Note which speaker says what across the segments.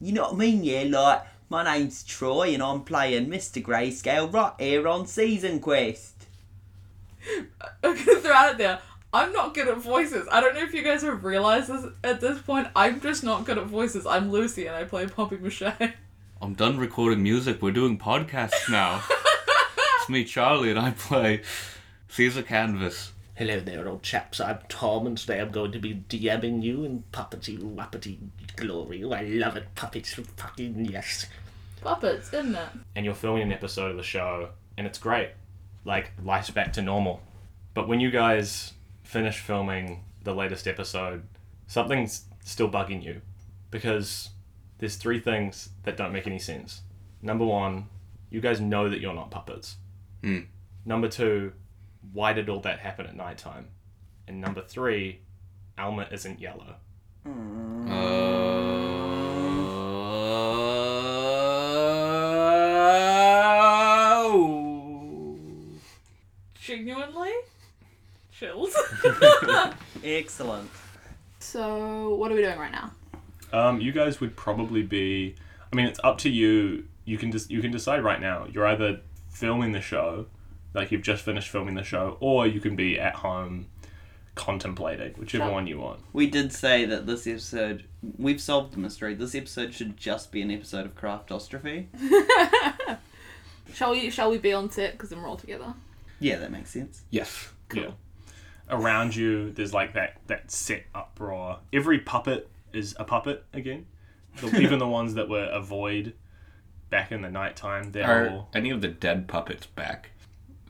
Speaker 1: You know what I mean? Yeah, like my name's Troy and I'm playing Mr. Grayscale right here on Season Quest.
Speaker 2: I'm gonna throw out there. I'm not good at voices. I don't know if you guys have realized this at this point. I'm just not good at voices. I'm Lucy and I play Poppy Mache.
Speaker 3: I'm done recording music. We're doing podcasts now. it's me, Charlie, and I play Caesar Canvas.
Speaker 4: Hello there, old chaps. I'm Tom, and today I'm going to be DMing you in puppety wuppety glory. Oh, I love it, puppets. Fucking yes.
Speaker 2: Puppets, isn't it?
Speaker 5: and you're filming an episode of the show, and it's great. Like, life's back to normal. But when you guys finish filming the latest episode, something's still bugging you because there's three things that don't make any sense. Number one, you guys know that you're not puppets.
Speaker 3: Hmm.
Speaker 5: Number two, why did all that happen at nighttime? And number three, Alma isn't yellow.
Speaker 3: Uh, Oh.
Speaker 2: Genuinely? Chills.
Speaker 1: Excellent.
Speaker 2: so, what are we doing right now?
Speaker 5: Um, you guys would probably be. I mean, it's up to you. You can just you can decide right now. You're either filming the show, like you've just finished filming the show, or you can be at home contemplating, whichever
Speaker 2: Sure.
Speaker 5: one you want.
Speaker 1: We did say that this episode, we've solved the mystery. This episode should just be an episode of Craftostrophe.
Speaker 2: Shall we shall we be on set because then we're all together?
Speaker 1: Yeah, that makes sense.
Speaker 3: Yes.
Speaker 5: Yeah. Around you, there's like that that set uproar. Every puppet is a puppet again. The, even the ones that were a void back in the nighttime, they're
Speaker 3: Are
Speaker 5: all
Speaker 3: any of the dead puppets back?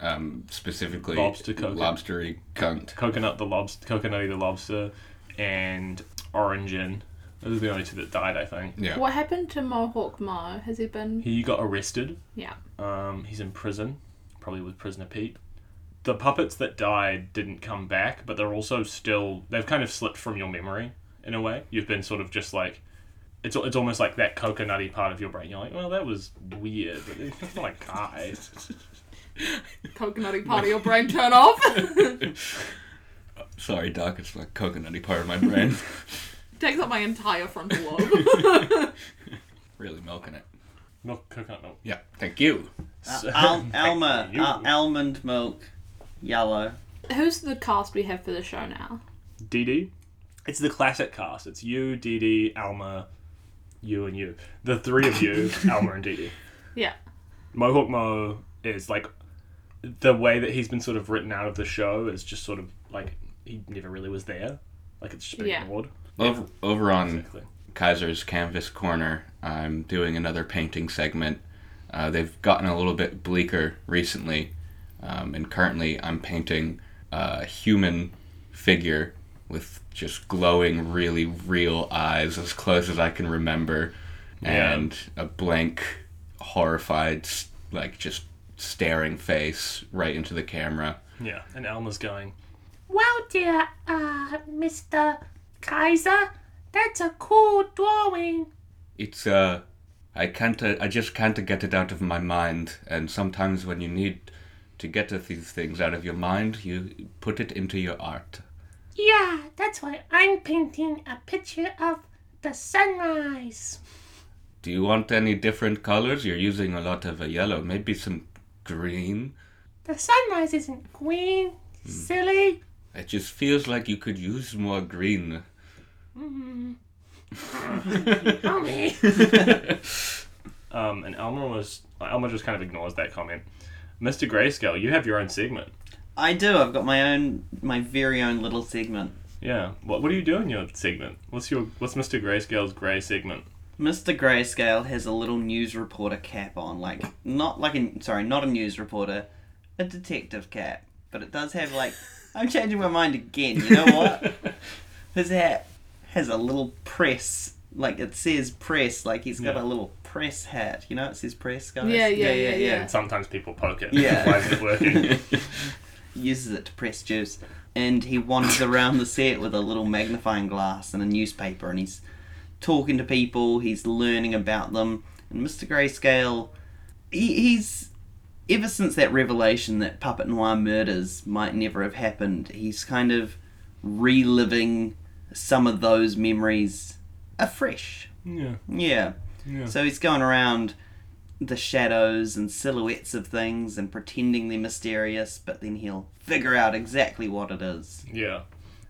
Speaker 3: Um, specifically,
Speaker 5: Lobster coconut.
Speaker 3: lobstery cunt.
Speaker 5: coconut the lobster, coconutty the lobster, and orangin. Those are the only two that died, I think.
Speaker 3: Yeah.
Speaker 2: What happened to Mohawk Mo? Has he been?
Speaker 5: He got arrested.
Speaker 2: Yeah.
Speaker 5: Um, he's in prison, probably with Prisoner Pete. The puppets that died didn't come back, but they're also still. They've kind of slipped from your memory in a way. You've been sort of just like. It's, it's almost like that coconutty part of your brain. You're like, well, that was weird, but it's not like guys.
Speaker 2: Coconutty part of your brain turn off.
Speaker 3: Sorry, Doc. It's like coconutty part of my brain.
Speaker 2: Takes up my entire frontal lobe.
Speaker 3: really milking it.
Speaker 5: Milk, coconut milk.
Speaker 3: Yeah. Thank you.
Speaker 5: So-
Speaker 1: Uh, Al- Alma,
Speaker 5: You-
Speaker 1: al- almond milk, yellow.
Speaker 2: Who's the cast we have for the show now?
Speaker 5: DD. It's the classic cast. It's you, DD, Alma, you, and you. The three of you, Alma and DD.
Speaker 2: Yeah.
Speaker 5: Mohawk Mo is like the way that he's been sort of written out of the show is just sort of like he never really was there. Like it's just been
Speaker 2: Yeah.
Speaker 5: ignored.
Speaker 3: Over, over on
Speaker 5: Exactly.
Speaker 3: Kaiser's Canvas Corner, I'm doing another painting segment. Uh, they've gotten a little bit bleaker recently, um, and currently I'm painting a human figure with just glowing, really real eyes as close as I can remember,
Speaker 5: Yeah.
Speaker 3: and a blank, horrified, s- like just staring face right into the camera.
Speaker 5: Yeah, and Alma's going.
Speaker 6: Well, dear, uh, Mr. Kaiser, that's a cool drawing.
Speaker 3: it's uh i can't uh, i just can't get it out of my mind and sometimes when you need to get these things out of your mind you put it into your art
Speaker 6: Yeah, that's why I'm painting a picture of the sunrise.
Speaker 3: do you want any different colors you're using a lot of a yellow maybe some green
Speaker 6: The sunrise isn't green, silly.
Speaker 3: it just feels like you could use more green
Speaker 6: Mommy.
Speaker 5: Um, and Alma was Alma just kind of ignores that comment. Mr. Grayscale, you have your own segment.
Speaker 1: I do. I've got my own, my very own little segment.
Speaker 5: Yeah. What What are you doing in your segment? What's your What's Mr. Grayscale's gray segment?
Speaker 1: Mr. Grayscale has a little news reporter cap on, like not like a sorry, not a news reporter, a detective cap. But it does have like I'm changing my mind again. You know what? His hat has a little press, like it says press, like he's got
Speaker 5: Yeah.
Speaker 1: a little press hat. You know, it says press guys.
Speaker 2: Yeah, yeah, yeah, yeah.
Speaker 5: And sometimes people poke it.
Speaker 1: Yeah.
Speaker 5: Why is it working?
Speaker 1: Uses it to press juice, and he wanders around the set with a little magnifying glass and a newspaper, and he's talking to people, he's learning about them, and Mr. Grayscale, he, he's ever since that revelation that Puppet Noir murders might never have happened, he's kind of reliving some of those memories afresh.
Speaker 5: yeah.
Speaker 1: Yeah.
Speaker 3: Yeah.
Speaker 1: So he's going around the shadows and silhouettes of things and pretending they're mysterious, but then he'll figure out exactly what it is.
Speaker 5: Yeah.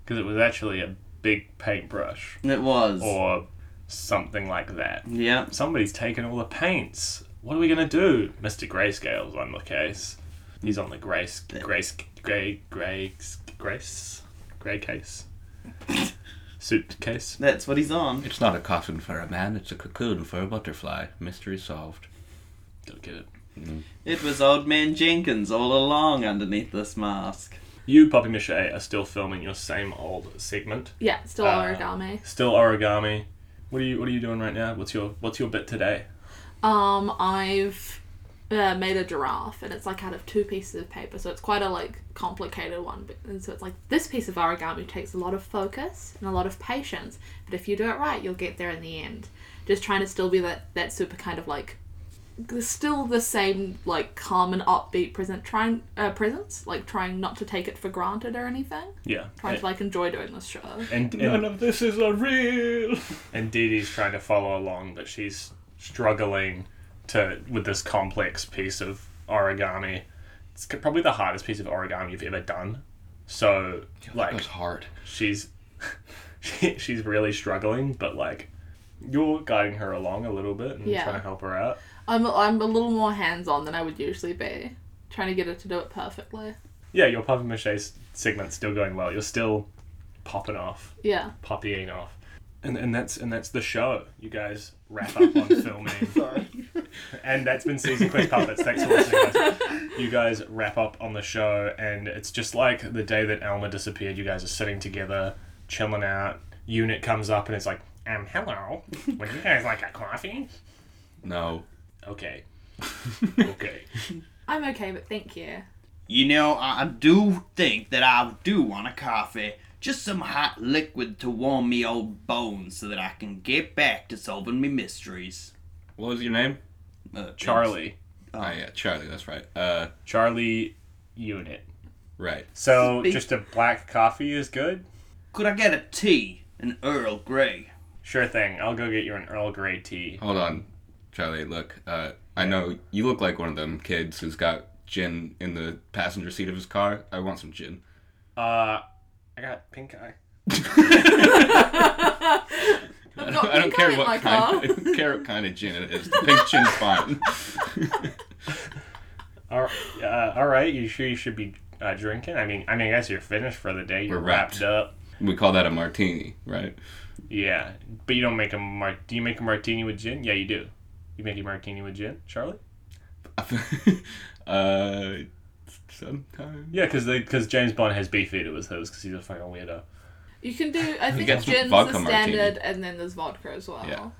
Speaker 5: Because it was actually a big paintbrush
Speaker 1: And it was.
Speaker 5: or something like that.
Speaker 1: Yeah.
Speaker 5: Somebody's taken all the paints. What are we gonna do? Mr. Grayscale's on the case. He's on the grace, grace, gray, gray, grace, gray case, suitcase.
Speaker 1: That's what he's on.
Speaker 3: It's not a coffin for a man, it's a cocoon for a butterfly. Mystery solved.
Speaker 5: Gotta get it.
Speaker 1: It was Old Man Jenkins all along underneath this mask.
Speaker 5: You, Poppy Mache, are still filming your same old segment.
Speaker 2: Yeah, still
Speaker 5: Uh,
Speaker 2: origami.
Speaker 5: Still origami. What are you What are you doing right now? What's your What's your bit today?
Speaker 2: Um, I've uh, made a giraffe, and it's like out of two pieces of paper, so it's quite a like complicated one. But, and so it's like this piece of origami takes a lot of focus and a lot of patience, but if you do it right, you'll get there in the end. Just trying to still be that that super kind of like still the same like calm and upbeat present trying uh, presence like trying not to take it for granted or anything
Speaker 5: Yeah.
Speaker 2: trying to like enjoy doing this show
Speaker 5: And and,
Speaker 3: None of this is a real.
Speaker 5: and Dee Dee's trying to follow along, but she's struggling to with this complex piece of origami. It's c- probably the hardest piece of origami you've ever done. So
Speaker 3: That
Speaker 5: like
Speaker 3: was hard.
Speaker 5: she's she, she's really struggling, but like you're guiding her along a little bit and
Speaker 2: Yeah.
Speaker 5: trying to help her out.
Speaker 2: i'm, I'm a little more hands-on than i would usually be trying to get her to do it perfectly
Speaker 5: Yeah, your papier mache segment's still going well. You're still popping off,
Speaker 2: yeah
Speaker 5: poppying off. And, and that's and that's the show. You guys wrap up on filming. And that's been Season Quest Puppets. Thanks for listening, guys. You guys wrap up on the show, and it's just like the day that Alma disappeared. You guys are sitting together, chilling out. Unit comes up, and it's like, um, hello. Would you guys like a coffee?
Speaker 3: No.
Speaker 5: Okay. Okay.
Speaker 2: I'm okay, but thank you.
Speaker 1: You know, I do think that I do want a coffee. Just some hot liquid to warm me old bones so that I can get back to solving me mysteries.
Speaker 3: What was your name?
Speaker 1: Uh,
Speaker 5: Charlie.
Speaker 3: Oh, yeah, Charlie, that's right. Uh,
Speaker 5: Charlie Unit.
Speaker 3: right.
Speaker 5: So
Speaker 1: Speak-
Speaker 5: just a black coffee is good?
Speaker 1: Could I get a tea? An Earl Grey.
Speaker 5: Sure thing. I'll go get you an Earl Grey tea.
Speaker 3: Hold on, Charlie, look. Uh, I know you look like one of them kids who's got gin in the passenger seat of his car. I want some gin.
Speaker 5: Uh, I got pink eye.
Speaker 3: I
Speaker 2: Oh, got
Speaker 3: don't, I don't
Speaker 2: pink eye
Speaker 3: care
Speaker 2: in
Speaker 3: what
Speaker 2: my
Speaker 3: kind. I
Speaker 2: car.
Speaker 3: don't care what kind of gin it is. The pink gin's fine.
Speaker 5: All right, uh, all right. You sure you should be uh, drinking? I mean, I mean, I guess you're finished for the day. You're
Speaker 3: We're
Speaker 5: wrapped.
Speaker 3: wrapped.
Speaker 5: up.
Speaker 3: We call that a martini, right?
Speaker 5: Yeah, but you don't make a mar. Do you make a martini with gin? Yeah, you do. You make a martini with gin, Charlie?
Speaker 3: uh, sometimes.
Speaker 5: Yeah, because because James Bond has beef eater with hers because he's a fucking weirdo.
Speaker 2: You can do. I think
Speaker 3: Get some
Speaker 2: gin's the
Speaker 3: vodka
Speaker 2: standard,
Speaker 3: martini.
Speaker 2: and then there's vodka as well.
Speaker 3: Yeah.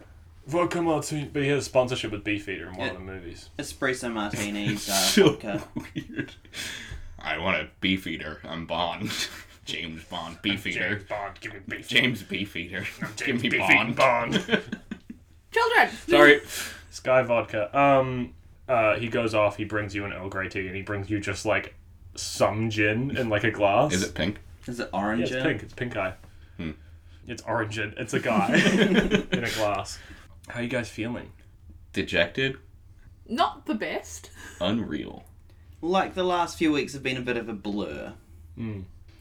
Speaker 5: Vodka martini, but he has a sponsorship with beef eater in one
Speaker 1: Yeah.
Speaker 5: of the movies.
Speaker 1: Espresso martinis, uh,
Speaker 3: So
Speaker 1: vodka.
Speaker 3: weird. I want a beef eater. I'm Bond. James Bond, beef eater.
Speaker 5: James Bond, give me beef.
Speaker 3: James beef eater.
Speaker 5: James
Speaker 3: Give me
Speaker 5: beef
Speaker 3: Bond.
Speaker 5: Bond.
Speaker 2: Children.
Speaker 3: Sorry.
Speaker 5: Sky Vodka. Um, uh, he goes off. He brings you an Earl Grey tea, and he brings you just like some gin in like a glass.
Speaker 3: Is it pink?
Speaker 1: Is it
Speaker 5: Yeah,
Speaker 1: orange?
Speaker 5: it's
Speaker 1: in?
Speaker 5: pink. It's pink eye. It's orange. and- It's a guy in a glass. How you guys feeling?
Speaker 3: Dejected.
Speaker 2: Not the best.
Speaker 3: Unreal.
Speaker 1: Like the last few weeks have been a bit of a blur.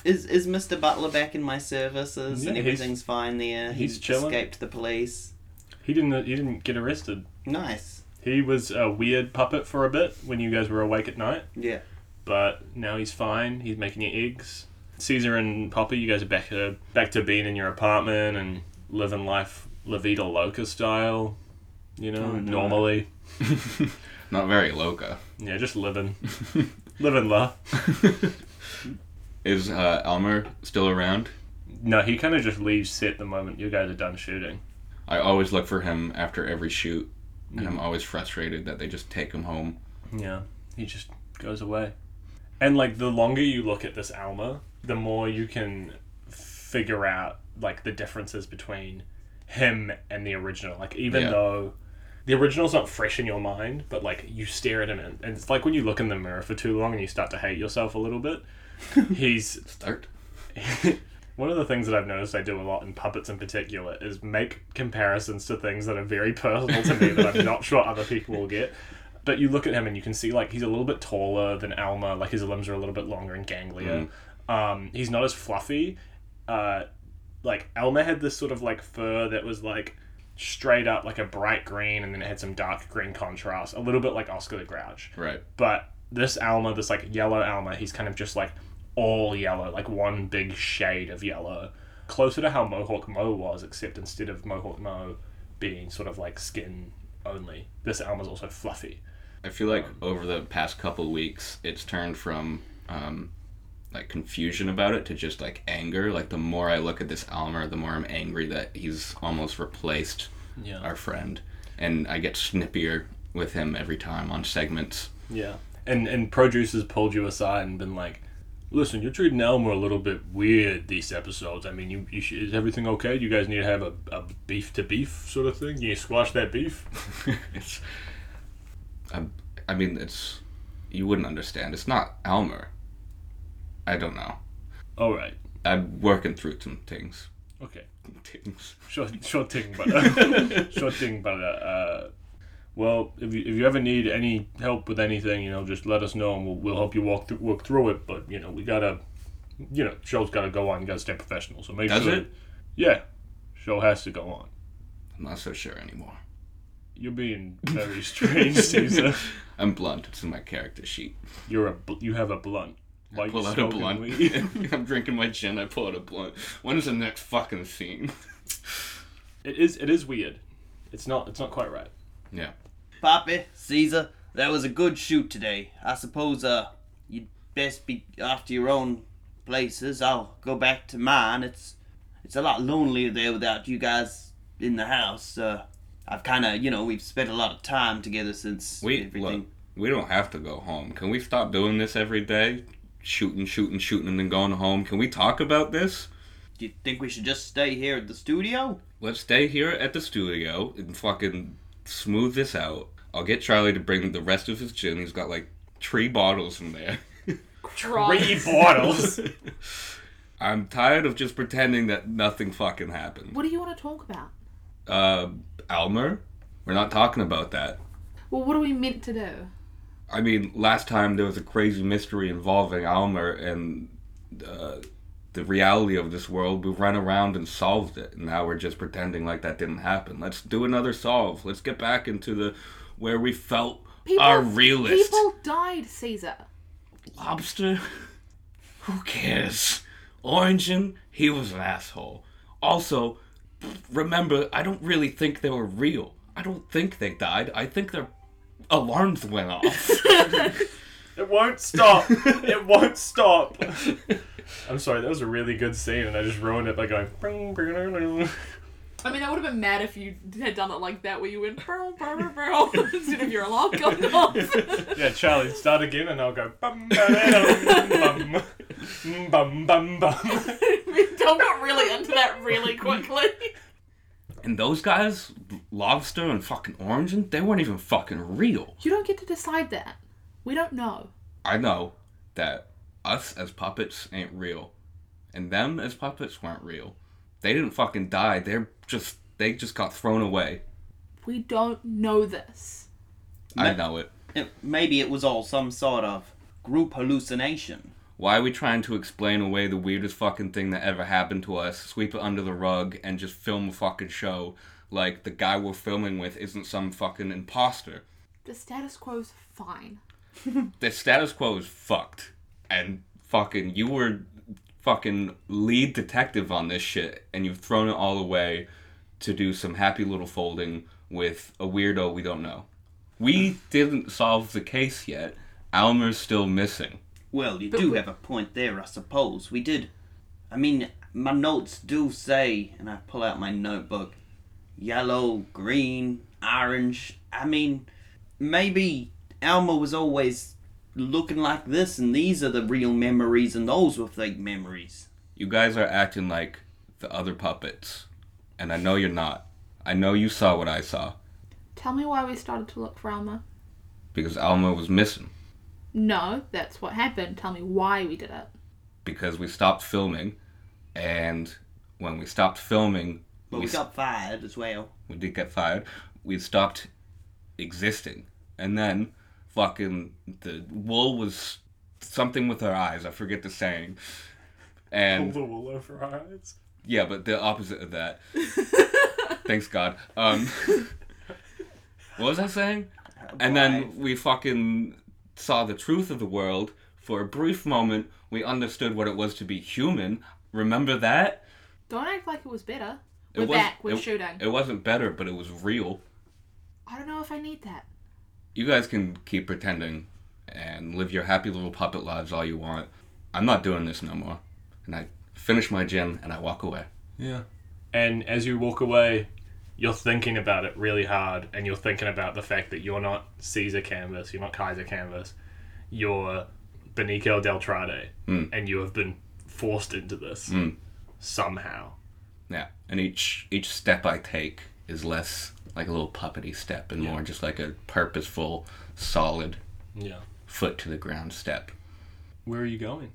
Speaker 1: Is is Mr. Butler back in my services and
Speaker 5: Yeah, he's-
Speaker 1: everything's fine there?
Speaker 5: he's
Speaker 1: He's
Speaker 5: chilling.
Speaker 1: escaped the police.
Speaker 5: He didn't. He didn't get arrested.
Speaker 1: Nice.
Speaker 5: He was a weird puppet for a bit when you guys were awake at night,
Speaker 1: Yeah.
Speaker 5: but now he's fine. He's making your eggs. Caesar and Poppy, you guys are back to back to being in your apartment and living life La Vida Loca style. You know,
Speaker 1: Oh, no.
Speaker 5: normally.
Speaker 3: Not very loca.
Speaker 5: Yeah, just living, living la.
Speaker 3: Is uh, Elmer still around?
Speaker 5: No, he kind of just leaves set the moment you guys are done shooting.
Speaker 3: I always look for him after every shoot, and I'm always frustrated that they just take him home.
Speaker 5: Yeah, he just goes away. And like the longer you look at this Alma, the more you can figure out like the differences between him and the original. Like even
Speaker 3: Yeah.
Speaker 5: though the original's not fresh in your mind, but like you stare at him and, and it's like when you look in the mirror for too long and you start to hate yourself a little bit. He's
Speaker 3: Start.
Speaker 5: One of the things that I've noticed I do a lot in puppets in particular is make comparisons to things that are very personal to me that I'm not sure other people will get. But you look at him and you can see like he's a little bit taller than Alma, like his limbs are a little bit longer and ganglier. Um, he's not as fluffy. Uh, like Alma had this sort of like fur that was like straight up like a bright green and then it had some dark green contrast, a little bit like Oscar the Grouch
Speaker 3: Right.
Speaker 5: but this Alma, this like yellow Alma, he's kind of just like all yellow, like one big shade of yellow, closer to how Mohawk Mo was, except instead of Mohawk Mo being sort of like skin only, this Alma's also fluffy.
Speaker 3: I feel like over the past couple weeks, it's turned from um, like confusion about it to just like anger. Like the more I look at this Almer, the more I'm angry that he's almost replaced
Speaker 5: Yeah.
Speaker 3: our friend, and I get snippier with him every time on segments.
Speaker 5: Yeah. And and produce has pulled you aside and been like, listen, you're treating Elmer a little bit weird these episodes. I mean, you, you should, is everything okay? Do you guys need to have a, a beef to beef sort of thing? You squash that beef?
Speaker 3: it's, I, I mean, it's you wouldn't understand. It's not Almer. I don't know.
Speaker 5: All right.
Speaker 3: I'm working through some things.
Speaker 5: Okay.
Speaker 3: Things.
Speaker 5: Sure, sure thing, but sure thing, but uh, well, if you, if you ever need any help with anything, you know, just let us know and we'll, we'll help you walk through work through it. But you know, we gotta, you know, show's gotta go on. You gotta stay professional. So make
Speaker 3: Does
Speaker 5: sure.
Speaker 3: it?
Speaker 5: Yeah, show has to go on.
Speaker 3: I'm not so sure anymore.
Speaker 5: You're being very strange, Caesar.
Speaker 3: I'm blunt. It's in my character sheet.
Speaker 5: You're a bl- you have a blunt. Why you
Speaker 3: pull out a
Speaker 5: smoking
Speaker 3: blunt.
Speaker 5: weed?
Speaker 3: I'm drinking my gin. I pull out a blunt. When's the next fucking scene?
Speaker 5: it is it is weird. It's not it's not quite right.
Speaker 3: Yeah.
Speaker 1: Poppy, Caesar, that was a good shoot today. I suppose uh you'd best be off to your own places. I'll go back to mine. It's it's a lot lonelier there without you guys in the house. Uh I've kinda you know, we've spent a lot of time together since
Speaker 3: We
Speaker 1: everything
Speaker 3: look. We don't have to go home. Can we stop doing this every day? Shooting, shooting, shooting, and then going home. Can we talk about this?
Speaker 1: Do you think we should just stay here at the studio?
Speaker 3: Let's stay here at the studio and fucking smooth this out. I'll get Charlie to bring the rest of his gin. He's got like three bottles in there.
Speaker 5: Three
Speaker 2: Christ.
Speaker 5: bottles.
Speaker 3: I'm tired of just pretending that nothing fucking happened.
Speaker 2: What do you want to talk about?
Speaker 3: Uh, Almer? We're not talking about that.
Speaker 2: Well, what are we meant to do?
Speaker 3: I mean, last time there was a crazy mystery involving Almer and uh, the reality of this world. We ran around and solved it, and now we're just pretending like that didn't happen. Let's do another solve. Let's get back into the where we felt our realist
Speaker 2: People died, Caesar.
Speaker 3: lobster. Who cares? Origin, he was an asshole. Also, remember, I don't really think they were real. I don't think they died. I think their alarms went off.
Speaker 5: It won't stop. it won't stop. I'm sorry, that was a really good scene, and I just ruined it by going. "Bring, bring, bring, bring."
Speaker 2: I mean, I would have been mad if you had done it like that, where you went burl, burl, burl, instead of your alarm going off.
Speaker 5: Yeah, Charlie, start again, and I'll go. Bum, ba-dum, bum, Mm, bum, bum, bum.
Speaker 2: Tom got really into that really quickly.
Speaker 3: And those guys, Lobster and fucking Orange, and they weren't even fucking real.
Speaker 2: You don't get to decide that. We don't know.
Speaker 3: I know that us as puppets ain't real, and them as puppets weren't real. They didn't fucking die. They're just they just got thrown away.
Speaker 2: We don't know this.
Speaker 3: I know it.
Speaker 1: Eh, Maybe it was all some sort of group hallucination.
Speaker 3: Why are we trying to explain away the weirdest fucking thing that ever happened to us, sweep it under the rug, and just film a fucking show like the guy we're filming with isn't some fucking imposter?
Speaker 2: The status quo's fine.
Speaker 3: the status quo is fucked. And fucking, you were fucking lead detective on this shit, and you've thrown it all away to do some happy little folding with a weirdo we don't know. We didn't solve the case yet. Almer's still missing.
Speaker 1: Well, you do have a point there, I suppose. We did. I mean, my notes do say, and I pull out my notebook yellow, green, orange. I mean, maybe Alma was always looking like this, and these are the real memories, and those were fake memories.
Speaker 3: You guys are acting like the other puppets, and I know you're not. I know you saw what I saw
Speaker 2: Tell me why we started to look for Alma.
Speaker 3: because Alma was missing.
Speaker 2: No, that's what happened. Tell me why we did it.
Speaker 3: because we stopped filming and when we stopped filming,
Speaker 1: But we
Speaker 3: s-
Speaker 1: got fired as well.
Speaker 3: we did get fired. We stopped existing, and then fucking the wool was something with our eyes. I forget the saying. And
Speaker 5: the wool over our eyes.
Speaker 3: yeah, but the opposite of that. Thanks God. Um, what was I saying? And then we fucking saw the truth of the world. For a brief moment, we understood what it was to be human. Remember that?
Speaker 2: Don't act like it was better.
Speaker 3: It
Speaker 2: We're
Speaker 3: was-
Speaker 2: back. We're
Speaker 3: it-
Speaker 2: shooting.
Speaker 3: It wasn't better, but it was real.
Speaker 2: I don't know if I need that.
Speaker 3: You guys can keep pretending and live your happy little puppet lives all you want. I'm not doing this no more. And I finish my gin and I walk away.
Speaker 5: Yeah. And as you walk away, you're thinking about it really hard, and you're thinking about the fact that you're not Caesar Canvas, you're not Kaiser Canvas, you're Benicio del Trade, and you have been forced into this somehow.
Speaker 3: Yeah. And each each step I take is less like a little puppety step and more just like a purposeful, solid
Speaker 5: Yeah.
Speaker 3: foot to the ground step.
Speaker 5: Where are you going?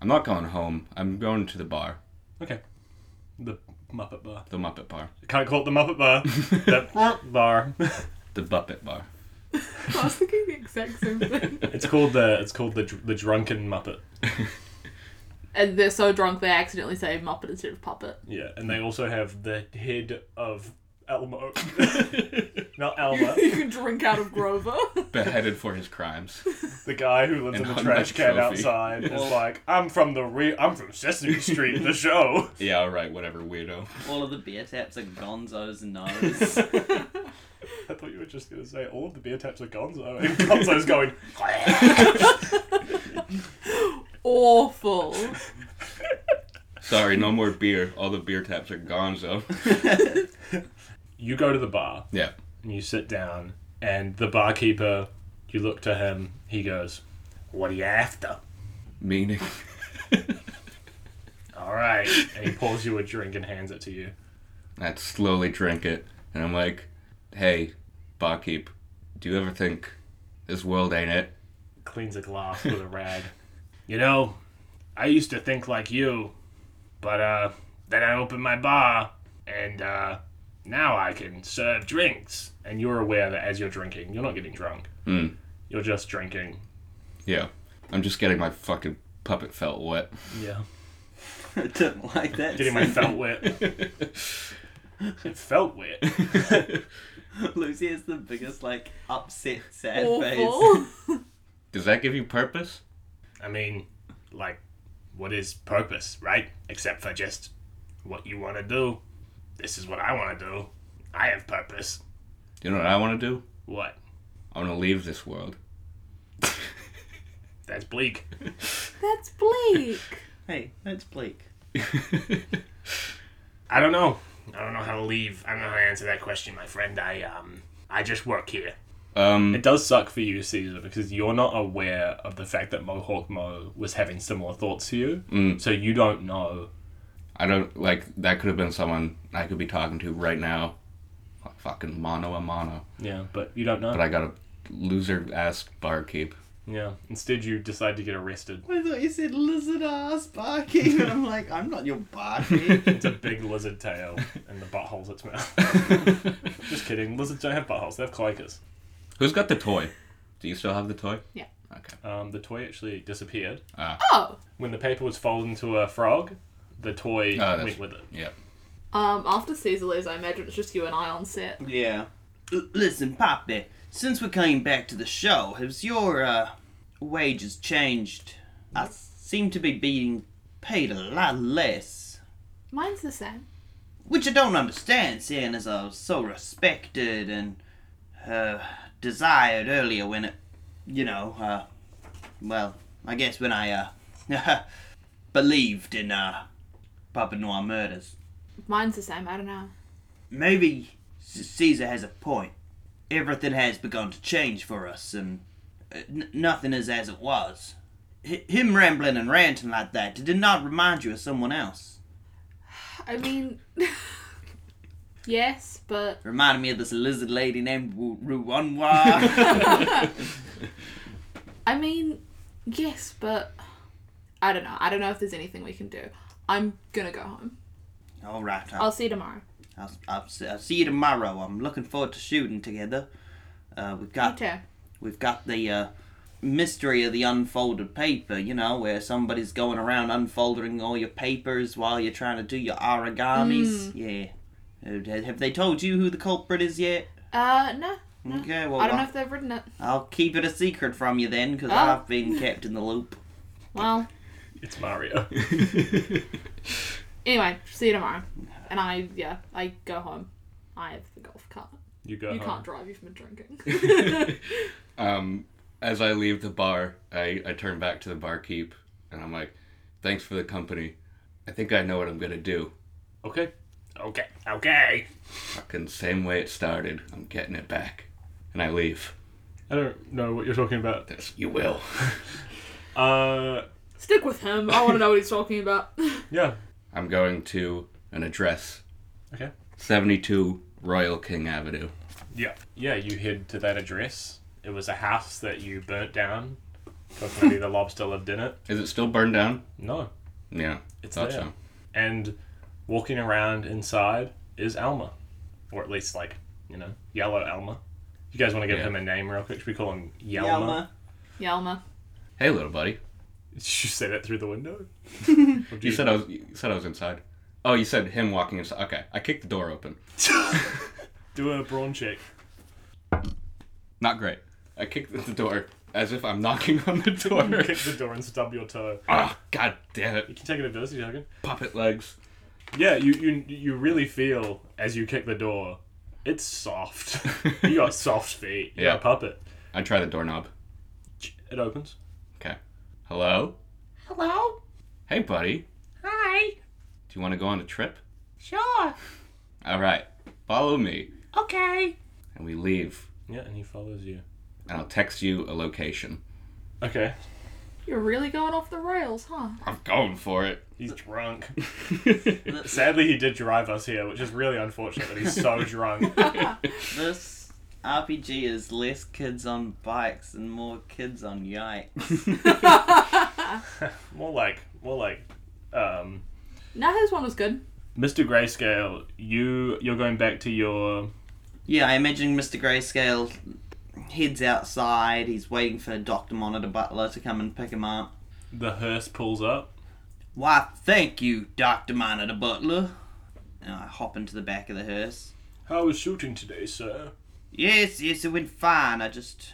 Speaker 3: I'm not going home. I'm going to the bar,
Speaker 5: Okay. The Muppet Bar.
Speaker 3: the Muppet Bar,
Speaker 5: Can't call it the Muppet Bar. the bar.
Speaker 3: the Buppet Bar.
Speaker 2: I was thinking the exact same thing.
Speaker 5: It's called the it's called the dr- the drunken Muppet.
Speaker 2: and they're so drunk they accidentally say Muppet instead of Puppet.
Speaker 5: Yeah, and they also have the head of Elmo. Not Elmo.
Speaker 2: you can drink out of Grover.
Speaker 3: Beheaded for his crimes.
Speaker 5: The guy who lives
Speaker 3: And
Speaker 5: in the
Speaker 3: hung
Speaker 5: trash
Speaker 3: that
Speaker 5: can
Speaker 3: trophy.
Speaker 5: outside is like, I'm from the real, I'm from Sesame Street, the show.
Speaker 3: Yeah, all right, whatever, weirdo.
Speaker 1: All of the beer taps are Gonzo's nose.
Speaker 5: I thought you were just gonna say all of the beer taps are Gonzo, and Gonzo's going.
Speaker 2: Awful.
Speaker 3: Sorry, no more beer. All the beer taps are gonzo.
Speaker 5: You go to the bar
Speaker 3: Yeah.
Speaker 5: and you sit down, and the barkeeper, you look to him. He goes, "What are you after?"
Speaker 3: Meaning.
Speaker 5: All right, and he pours you a drink and hands it to you.
Speaker 3: I'd slowly drink it, and I'm like, "Hey, barkeep, do you ever think this world ain't it?"
Speaker 5: Cleans a glass with a rag. You know, I used to think like you, but uh, then I opened my bar, and uh, now I can serve drinks. And you're aware that as you're drinking, you're not getting drunk.
Speaker 3: Mm.
Speaker 5: You're just drinking.
Speaker 3: Yeah, I'm just getting my fucking puppet felt wet.
Speaker 5: Yeah.
Speaker 1: I didn't like that.
Speaker 5: Getting my felt wet. it felt wet.
Speaker 1: Lucy has the biggest like upset sad face.
Speaker 2: Awful.
Speaker 3: Does that give you purpose?
Speaker 5: I mean, like, what is purpose, right? Except for just what you want to do. This is what I want to do. I have purpose.
Speaker 3: You know what I want to do?
Speaker 5: What?
Speaker 3: I want to leave this world.
Speaker 5: That's bleak.
Speaker 2: That's bleak.
Speaker 1: Hey, that's bleak.
Speaker 5: I don't know. I don't know how to leave. I don't know how to answer that question, my friend. I um, I just work here. It
Speaker 3: um,
Speaker 5: does suck for you, Caesar, because you're not aware of the fact that Mohawk Mo was having similar thoughts to you.
Speaker 3: Mm.
Speaker 5: So you don't know.
Speaker 3: I don't like that. Could have been someone I could be talking to right now, like fucking mano a mano.
Speaker 5: Yeah, but you don't know.
Speaker 3: But I got a loser ass barkeep.
Speaker 5: yeah. Instead, you decide to get arrested.
Speaker 1: I thought you said lizard ass barking, and I'm like, I'm not your barking.
Speaker 5: It's a big lizard tail, and the butthole's its mouth. Just kidding. Lizards don't have buttholes. They have cloacas.
Speaker 3: Who's got the toy? Do you still have the toy?
Speaker 2: Yeah.
Speaker 3: Okay.
Speaker 5: Um, the toy actually disappeared
Speaker 2: Oh.
Speaker 5: when the paper was folded into a frog. The toy
Speaker 3: that's-
Speaker 5: went with it.
Speaker 3: Yeah.
Speaker 2: Um, after Caesar leaves, I imagine it's just you and I on set.
Speaker 1: yeah. L- Listen, Poppy. Since we came back to the show, has your uh, wages changed? I seem to be being paid a lot less,
Speaker 2: Mine's the same.
Speaker 1: which I don't understand, seeing as I was so respected and uh, desired earlier when it, you know, uh, well, I guess when I uh, believed in uh, Papa Noir murders.
Speaker 2: Mine's the same. I don't know.
Speaker 1: maybe C- Caesar has a point. Everything has begun to change for us, and uh, n- nothing is as it was. H- him rambling and ranting like that did not remind you of someone else.
Speaker 2: I mean, yes, but
Speaker 1: Reminded me of this lizard lady named Ru- Ruanwa.
Speaker 2: I mean, yes, but I don't know. I don't know if there's anything we can do. I'm gonna go home.
Speaker 1: All right. I'll,
Speaker 2: I'll see you tomorrow.
Speaker 1: I'll, I'll, s- I'll see you tomorrow. I'm looking forward to shooting together. Uh, we've
Speaker 2: You
Speaker 1: got
Speaker 2: too.
Speaker 1: we've got the uh, mystery of the unfolded paper. You know, where somebody's going around unfolding all your papers while you're trying to do your
Speaker 2: Mm.
Speaker 1: origamis. Yeah. Uh, d- Have they told you who the culprit is yet?
Speaker 2: Uh, no. No.
Speaker 1: Okay. Well,
Speaker 2: I don't
Speaker 1: I-
Speaker 2: know if they've written it.
Speaker 1: I'll keep it a secret from you then, because
Speaker 2: Oh.
Speaker 1: I've been kept in the loop.
Speaker 2: Well,
Speaker 5: It's Mario.
Speaker 2: anyway, see you tomorrow. And I, yeah, I go home. I have the golf cart.
Speaker 5: You go
Speaker 2: You
Speaker 5: home.
Speaker 2: can't drive. You've been drinking.
Speaker 3: Um, as I leave the bar, I, I turn back to the barkeep and I'm like, thanks for the company. I think I know what I'm going to do.
Speaker 5: Okay. Okay. Okay.
Speaker 3: Fucking same way it started. I'm getting it back. And I leave.
Speaker 5: I don't know what you're talking about.
Speaker 3: That's, you will.
Speaker 5: Uh,
Speaker 2: Stick with him. I want to know what he's talking about.
Speaker 5: yeah.
Speaker 3: I'm going to an address
Speaker 5: Okay.
Speaker 3: 72 Royal King Avenue.
Speaker 5: Yeah. Yeah, you head to that address. It was a house that you burnt down because maybe the lobster lived in it.
Speaker 3: Is it still burned down?
Speaker 5: No.
Speaker 3: Yeah.
Speaker 5: It's
Speaker 3: thought
Speaker 5: there.
Speaker 3: so.
Speaker 5: And walking around inside is Alma. Or at least, like, you know, Yellow Alma. You guys want to give
Speaker 3: Yeah.
Speaker 5: him a name real quick? Should we call him Yelma?
Speaker 1: Yelma.
Speaker 2: Yelma.
Speaker 3: Hey, little buddy.
Speaker 5: Did you say that through the window? Or do
Speaker 3: You said I was you said I was inside. Oh, you said him walking inside. Okay. I kicked the door open.
Speaker 5: Do a brawn check.
Speaker 3: Not great. I kicked the door as if I'm knocking on the door.
Speaker 5: Kick the door and stub your toe.
Speaker 3: Ah, god damn it.
Speaker 5: You can take an adversity token.
Speaker 3: Puppet legs.
Speaker 5: Yeah, you, you you really feel as you kick the door, it's soft. you got soft feet. You yeah,
Speaker 3: Yeah.
Speaker 5: a puppet.
Speaker 3: I try the doorknob.
Speaker 5: It opens.
Speaker 3: Okay. Hello?
Speaker 6: Hello?
Speaker 3: Hey, buddy.
Speaker 6: Hi.
Speaker 3: Do you want to go on a trip?
Speaker 6: Sure.
Speaker 3: All right. Follow me.
Speaker 6: Okay.
Speaker 3: And we leave.
Speaker 5: Yeah, and he follows you.
Speaker 3: And I'll text you a location.
Speaker 5: Okay.
Speaker 2: You're really going off the rails, huh?
Speaker 3: I'm going for it.
Speaker 5: He's drunk. Sadly, he did drive us here, which is really unfortunate that he's so drunk.
Speaker 1: This RPG is less kids on bikes and more kids on yikes.
Speaker 5: More like, more like, um,
Speaker 2: Now his one was good.
Speaker 5: Mr. Grayscale. You you're going back to your
Speaker 1: yeah, I imagine Mr. Grayscale heads outside. He's waiting for Dr. Monitor Butler to come and pick him up.
Speaker 5: the hearse pulls up.
Speaker 1: Why, thank you, Dr. Monitor Butler. And I hop into the back of the hearse.
Speaker 5: How was shooting today, sir?
Speaker 1: Yes, yes, it went fine. I just.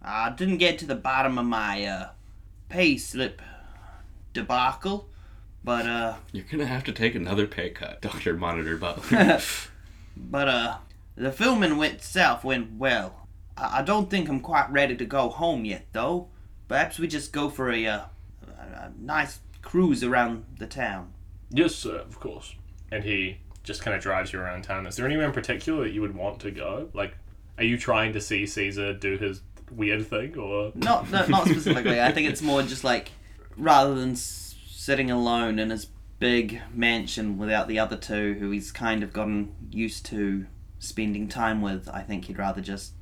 Speaker 1: I didn't get to the bottom of my, uh, pay slip debacle. But, uh,
Speaker 3: You're going to have to take another pay cut, Dr. Monitor Butler.
Speaker 1: But uh, the filming itself went well. I, I don't think I'm quite ready to go home yet, though. Perhaps we just go for a, uh, a, a nice cruise around the town.
Speaker 5: Yes, sir. Of course. And he just kind of drives you around town. Is there anywhere in particular that you would want to go? Like, are you trying to see Caesar do his weird thing, or
Speaker 1: Not no, not specifically. I think it's more just like rather than s- sitting alone in his big mansion without the other two, who he's kind of gotten used to spending time with. I think he'd rather just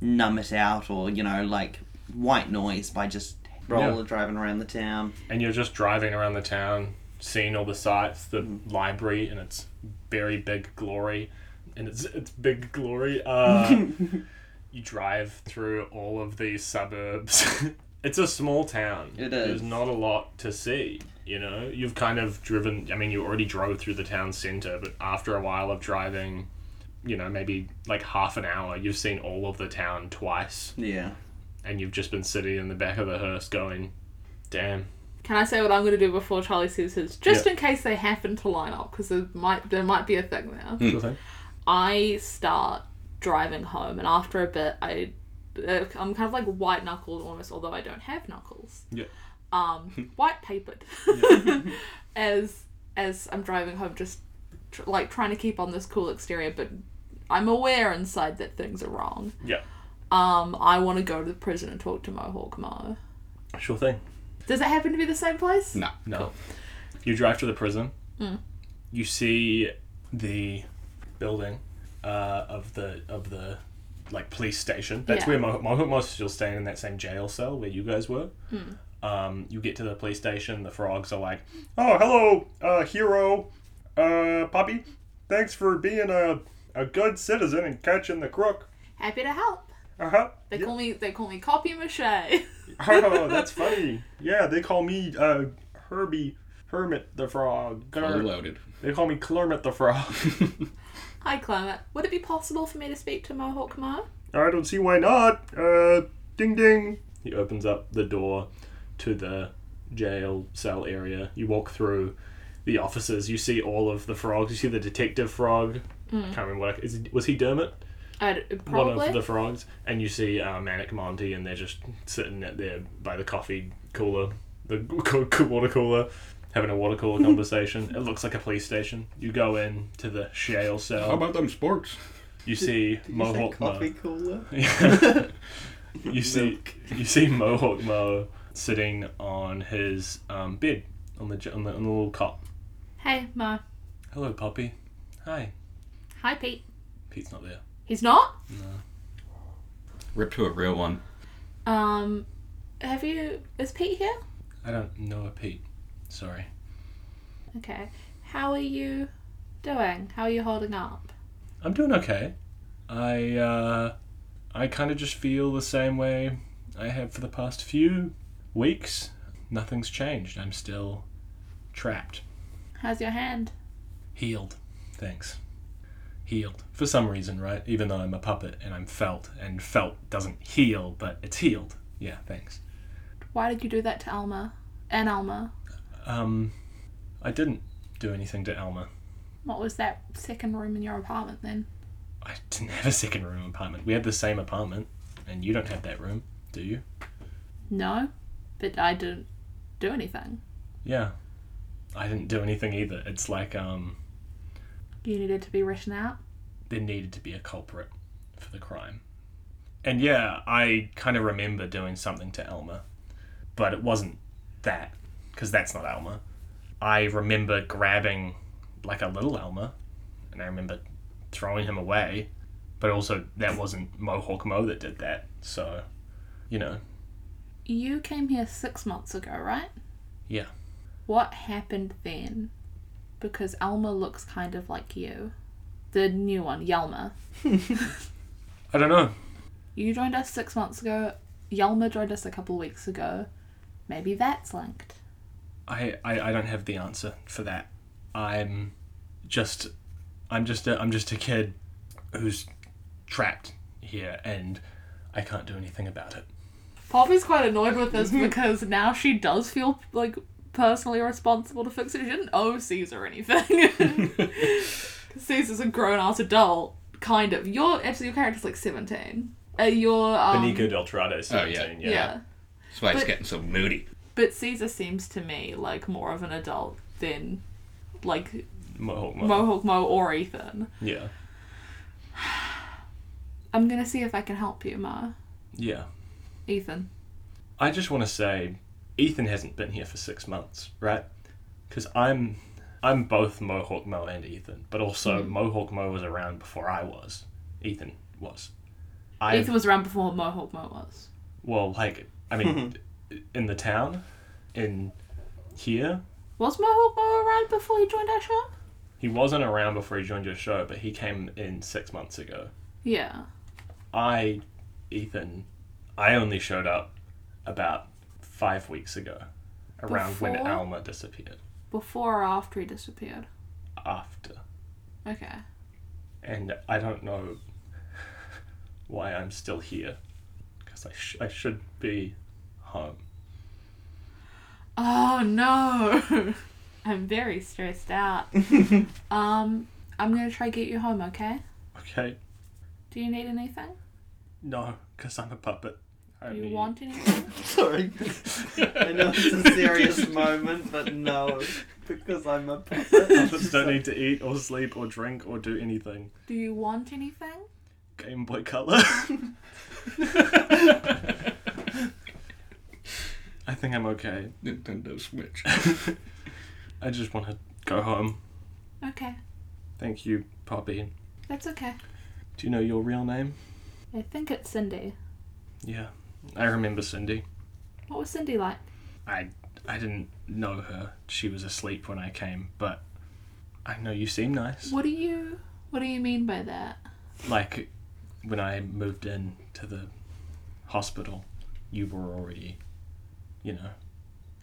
Speaker 1: numb it out, or you know, like white noise by just roller driving around the town.
Speaker 5: and you're just driving around the town, seeing all the sights, the
Speaker 1: Mm-hmm.
Speaker 5: library in its very big glory, and its its big glory. Uh, you drive through all of these suburbs. it's a small town.
Speaker 1: It is.
Speaker 5: There's not a lot to see. You know, you've kind of driven. I mean, you already drove through the town center, but after a while of driving, you know, maybe like half an hour, you've seen all of the town twice,
Speaker 1: Yeah.
Speaker 5: and you've just been sitting in the back of the hearse going, "Damn."
Speaker 2: Can I say what I'm going to do before Charlie says his? Just
Speaker 5: Yeah.
Speaker 2: in case they happen to line up, because there might there might be a thing there.
Speaker 5: Hmm. Sure thing.
Speaker 2: I start driving home, and after a bit, I uh, I'm kind of like white knuckled almost, although I don't have knuckles.
Speaker 5: Yeah.
Speaker 2: Um, white papered. as as I'm driving home, just tr- like trying to keep on this cool exterior, but I'm aware inside that things are wrong.
Speaker 5: Yeah.
Speaker 2: Um, I want to go to the prison and talk to Mohawk Mo.
Speaker 5: Sure thing.
Speaker 2: Does it happen to be the same place?
Speaker 3: no.
Speaker 5: No. You drive to the prison. You see the building uh, of the of the like police station. That's
Speaker 2: Yeah.
Speaker 5: where Mohawk Mo- Mohawk Mo's still staying in that same jail cell where you guys were. Um, you get to the police station. The frogs are like, "Oh, hello, uh, hero, uh, puppy. Thanks for being a a good citizen and catching the crook."
Speaker 2: Happy to help.
Speaker 5: Uh huh.
Speaker 2: They call me. They call me copy mache.
Speaker 5: Oh, that's funny. Yeah, they call me uh Herbie Hermit the Frog.
Speaker 3: Fully
Speaker 5: Gar-
Speaker 3: loaded.
Speaker 5: They call me Clermit the Frog.
Speaker 2: Hi, Clement. Would it be possible for me to speak to Mohawk Mo?
Speaker 5: I don't see why not. Uh, ding ding. He opens up the door to the jail cell area. You walk through the offices. You see all of the frogs. You see the detective frog. I can't remember what I, is it, was he Dermot?
Speaker 2: i
Speaker 5: One of
Speaker 2: probably.
Speaker 5: the frogs. And you see uh, Manic Monty, and they're just sitting at there by the coffee cooler, the co- co- water cooler, having a water cooler conversation. It looks like a police station. You go in to the jail cell.
Speaker 3: How about them sports?
Speaker 5: you see Mohawk Mo.
Speaker 1: coffee cooler?
Speaker 5: you see you see Mohawk Mo sitting on his um, bed on the, j- on the on the little cot.
Speaker 2: Hey, Mo.
Speaker 5: Hello, Poppy. Hi.
Speaker 2: Hi, Pete.
Speaker 5: Pete's not there.
Speaker 2: He's not.
Speaker 3: Rip to a real one.
Speaker 2: Um, have you? Is Pete here?
Speaker 5: I don't know a Pete. Sorry.
Speaker 2: Okay. How are you doing? How are you holding up?
Speaker 5: I'm doing okay. I uh, I kind of just feel the same way I have for the past few weeks. Nothing's changed. I'm still trapped,
Speaker 2: How's your hand?
Speaker 5: healed. Thanks. Healed for some reason, right? Even though I'm a puppet and I'm felt, and felt doesn't heal, but it's healed. Yeah, thanks.
Speaker 2: Why did you do that to Alma? And Alma.
Speaker 5: Um, I didn't do anything to Elma.
Speaker 2: What was that second room in your apartment then?
Speaker 5: I didn't have a second room apartment. We had the same apartment, and you don't have that room, do you?
Speaker 2: No, but I didn't do anything.
Speaker 5: Yeah. I didn't do anything either. It's like um
Speaker 2: You needed to be written out.
Speaker 5: there needed to be a culprit for the crime. And yeah, I kind of remember doing something to Elma, but it wasn't that because that's not Elma. I remember grabbing like a little Elma and I remember throwing him away, but also that wasn't Mohawk Mo that did that. So, you know,
Speaker 2: You came here six months ago, right?
Speaker 5: Yeah.
Speaker 2: What happened then? Because Alma looks kind of like you. The new one, Yelma.
Speaker 5: I don't know.
Speaker 2: You joined us six months ago. Yelma joined us a couple weeks ago. Maybe that's linked.
Speaker 5: I, I, I don't have the answer for that. I'm just I'm just a, I'm just a kid who's trapped here and I can't do anything about it.
Speaker 2: Poppy's quite annoyed with this because now she does feel like personally responsible to fix it. She didn't owe Caesar anything. Caesar's a grown ass adult, kind of. Your actually your character's like seventeen. Uh, your um,
Speaker 5: Benico del Toro is
Speaker 3: Oh, yeah.
Speaker 5: 17,
Speaker 2: yeah.
Speaker 3: That's why it's
Speaker 2: But-
Speaker 3: getting so moody.
Speaker 2: but Caesar seems to me like more of an adult than like
Speaker 5: Mohawk Mo.
Speaker 2: Mohawk Mo or Ethan.
Speaker 5: Yeah.
Speaker 2: I'm gonna see if I can help you, Ma.
Speaker 5: Yeah.
Speaker 2: Ethan.
Speaker 5: I just want to say Ethan hasn't been here for 6 months, right? Cuz I'm I'm both Mohawk Mo and Ethan, but also Mohawk Mo was around before I was. Ethan was. I
Speaker 2: Ethan was around before Mohawk Mo was.
Speaker 5: well, like I mean in the town in here
Speaker 2: Was Mohawk Mo around before he joined our show?
Speaker 5: He wasn't around before he joined your show, but he came in six months ago.
Speaker 2: Yeah.
Speaker 5: I, Ethan, I only showed up about five weeks ago, around when
Speaker 2: Before?
Speaker 5: Alma disappeared.
Speaker 2: Before or after he disappeared?
Speaker 5: After.
Speaker 2: Okay.
Speaker 5: And I don't know why I'm still here. Because I, sh- I should be home.
Speaker 2: Oh no! I'm very stressed out. um, I'm gonna try get you home, okay?
Speaker 5: Okay?
Speaker 2: Do you need anything?
Speaker 5: No, because I'm a puppet. I
Speaker 2: Do you
Speaker 5: need-
Speaker 2: want anything?
Speaker 1: Sorry. I know it's a serious moment, but no. Because I'm a
Speaker 5: I
Speaker 1: puppet.
Speaker 5: just don't need to eat or sleep or drink or do anything.
Speaker 2: Do you want anything?
Speaker 5: Game Boy Color. I think I'm okay.
Speaker 3: Nintendo Switch.
Speaker 5: I just want to go home.
Speaker 2: Okay,
Speaker 5: Thank you, Poppy.
Speaker 2: that's okay.
Speaker 5: Do you know your real name?
Speaker 2: I think it's Cindy.
Speaker 5: Yeah, I remember Cindy.
Speaker 2: What was Cindy like?
Speaker 5: I I didn't know her. She was asleep when I came, but I know you seem nice.
Speaker 2: What do you What do you mean by that?
Speaker 5: Like when I moved in to the hospital, you were already, you know,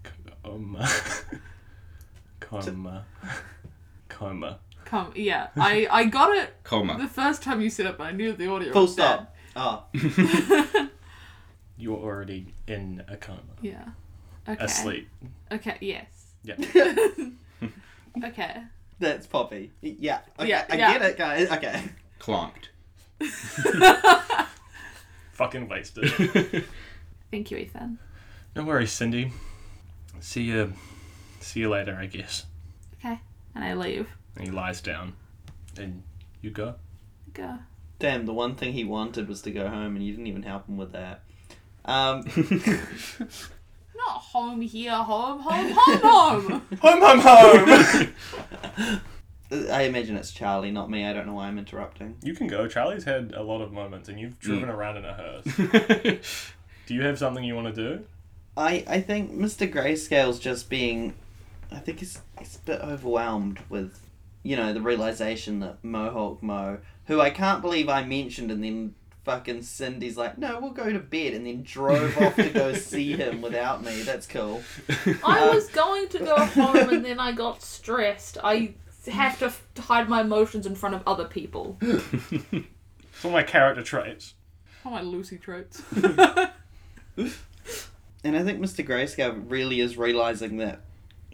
Speaker 5: c- coma, coma, coma.
Speaker 2: Come, yeah, I I got it the
Speaker 3: Coma.
Speaker 2: first time you said it, but I knew the audio.
Speaker 1: Full
Speaker 2: was dead.
Speaker 1: stop. Oh,
Speaker 5: You're already in a coma,
Speaker 2: Yeah. Okay.
Speaker 5: asleep.
Speaker 2: Okay. Yes.
Speaker 5: Yeah.
Speaker 2: Okay.
Speaker 1: that's Poppy. Yeah. Okay,
Speaker 2: Yeah,
Speaker 1: I
Speaker 2: yeah.
Speaker 1: get it, guys. Okay.
Speaker 3: Clonked.
Speaker 5: Fucking wasted.
Speaker 2: Thank you, Ethan.
Speaker 5: No worries, Cindy. See you. See you later, I guess.
Speaker 2: Okay. And I leave.
Speaker 5: And he lies down, and you go.
Speaker 2: Go.
Speaker 1: Damn, the one thing he wanted was to go home, and you didn't even help him with that. Um,
Speaker 2: Not home here, home, home, home, home.
Speaker 5: Home, home, home.
Speaker 1: I imagine it's Charlie, not me. I don't know why I'm interrupting.
Speaker 5: you can go. Charlie's had a lot of moments, and you've driven around in a hearse. Do you have something you want to do?
Speaker 1: I, I think Mr. Grayscale's just being. I think he's, he's a bit overwhelmed with, you know, the realization that Mohawk Mo, who I can't believe I mentioned, and then fucking Cindy's like, no, we'll go to bed, and then drove off to go see him without me. That's cool.
Speaker 2: I was going to go home and then I got stressed. I have to f- hide my emotions in front of other people.
Speaker 5: It's all my character traits.
Speaker 2: Oh, my Lucy traits.
Speaker 1: And I think Mr. Grayscale really is realizing that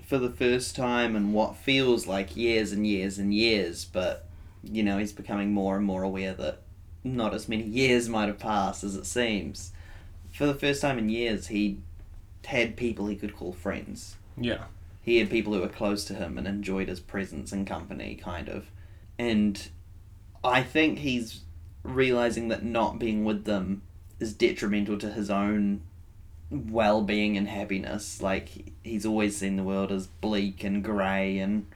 Speaker 1: for the first time in what feels like years and years and years, but you know, he's becoming more and more aware that not as many years might have passed as it seems. For the first time in years, he had people he could call friends.
Speaker 5: Yeah.
Speaker 1: He had people who were close to him and enjoyed his presence and company, kind of. And I think he's realizing that not being with them is detrimental to his own well being and happiness. Like, he's always seen the world as bleak and grey, and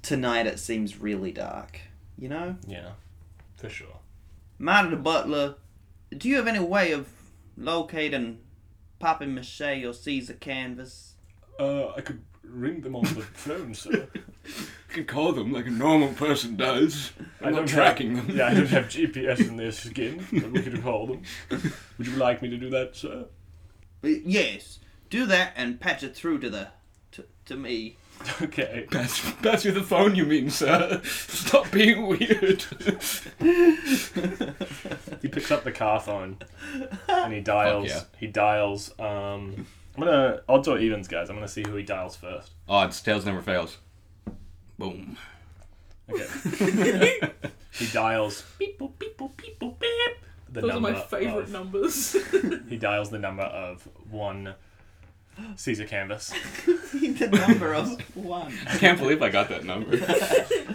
Speaker 1: tonight it seems really dark, you know?
Speaker 5: Yeah. For sure.
Speaker 1: Marty the Butler, do you have any way of locating Papa Mache or Caesar Canvas?
Speaker 5: Uh, I could ring them on the phone, sir.
Speaker 3: You can call them like a normal person does. I'm not tracking them.
Speaker 5: Yeah, I don't have GPS in their skin, but we could call them. Would you like me to do that, sir?
Speaker 1: Yes, do that and patch it through to the to, to me.
Speaker 5: Okay.
Speaker 3: Pass, pass me the phone, you mean, sir? Stop being weird.
Speaker 5: He picks up the car phone and he dials.
Speaker 3: Fuck
Speaker 5: He dials. Um, I'm gonna odds or evens, guys. I'm gonna see who he dials first.
Speaker 3: Odds, tails never fails. Boom.
Speaker 5: Okay. he dials. Beep boop beep boop beep boop beep. The
Speaker 2: Those are my favourite
Speaker 5: of-
Speaker 2: numbers.
Speaker 5: He dials the number of one Caesar canvas.
Speaker 1: the number of one.
Speaker 3: I can't believe I got that number.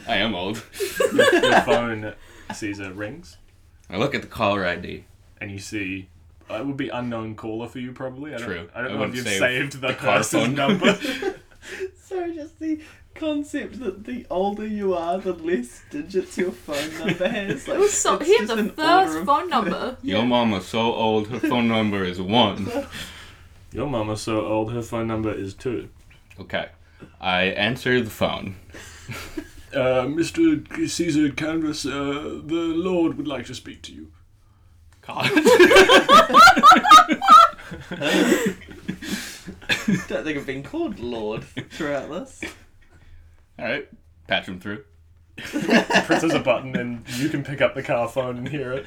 Speaker 3: I am old.
Speaker 5: Your phone Caesar rings,
Speaker 3: I look at the caller ID.
Speaker 5: and you see. uh, It would be unknown caller for you probably. I don't,
Speaker 3: True.
Speaker 5: I
Speaker 3: I
Speaker 5: don't know if
Speaker 3: wouldn't
Speaker 5: you've
Speaker 3: save
Speaker 5: saved the,
Speaker 3: the car
Speaker 5: person's
Speaker 3: phone.
Speaker 5: number.
Speaker 1: So just the concept that the older you are, the less digits your phone number has. Like,
Speaker 2: It was so.
Speaker 1: it's
Speaker 2: He had
Speaker 1: just
Speaker 2: the
Speaker 1: an order
Speaker 2: first
Speaker 1: of-
Speaker 2: phone number.
Speaker 3: Your mama's so old, her phone number is one.
Speaker 5: Your mama's so old. Her phone number is two.
Speaker 3: Okay. I answer the phone.
Speaker 5: Uh, Mr. Caesar Canvas, uh, the Lord would like to speak to you.
Speaker 3: God.
Speaker 1: don't think I've been called Lord throughout this.
Speaker 3: Alright. Patch him through.
Speaker 5: presses a button and you can pick up the car phone and hear it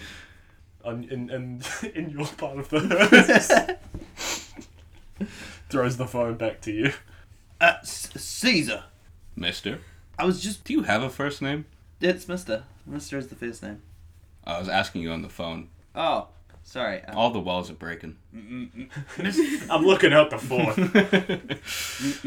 Speaker 5: on, in, in, in your part of the Throws the phone back to you.
Speaker 1: Uh, C- Caesar.
Speaker 3: Mister.
Speaker 1: I was just.
Speaker 3: Do you have a first name?
Speaker 1: It's Mister. Mister is the first name.
Speaker 3: I was asking you on the phone.
Speaker 1: Oh, sorry. Uh,
Speaker 3: All the walls are breaking.
Speaker 5: I'm looking out the phone.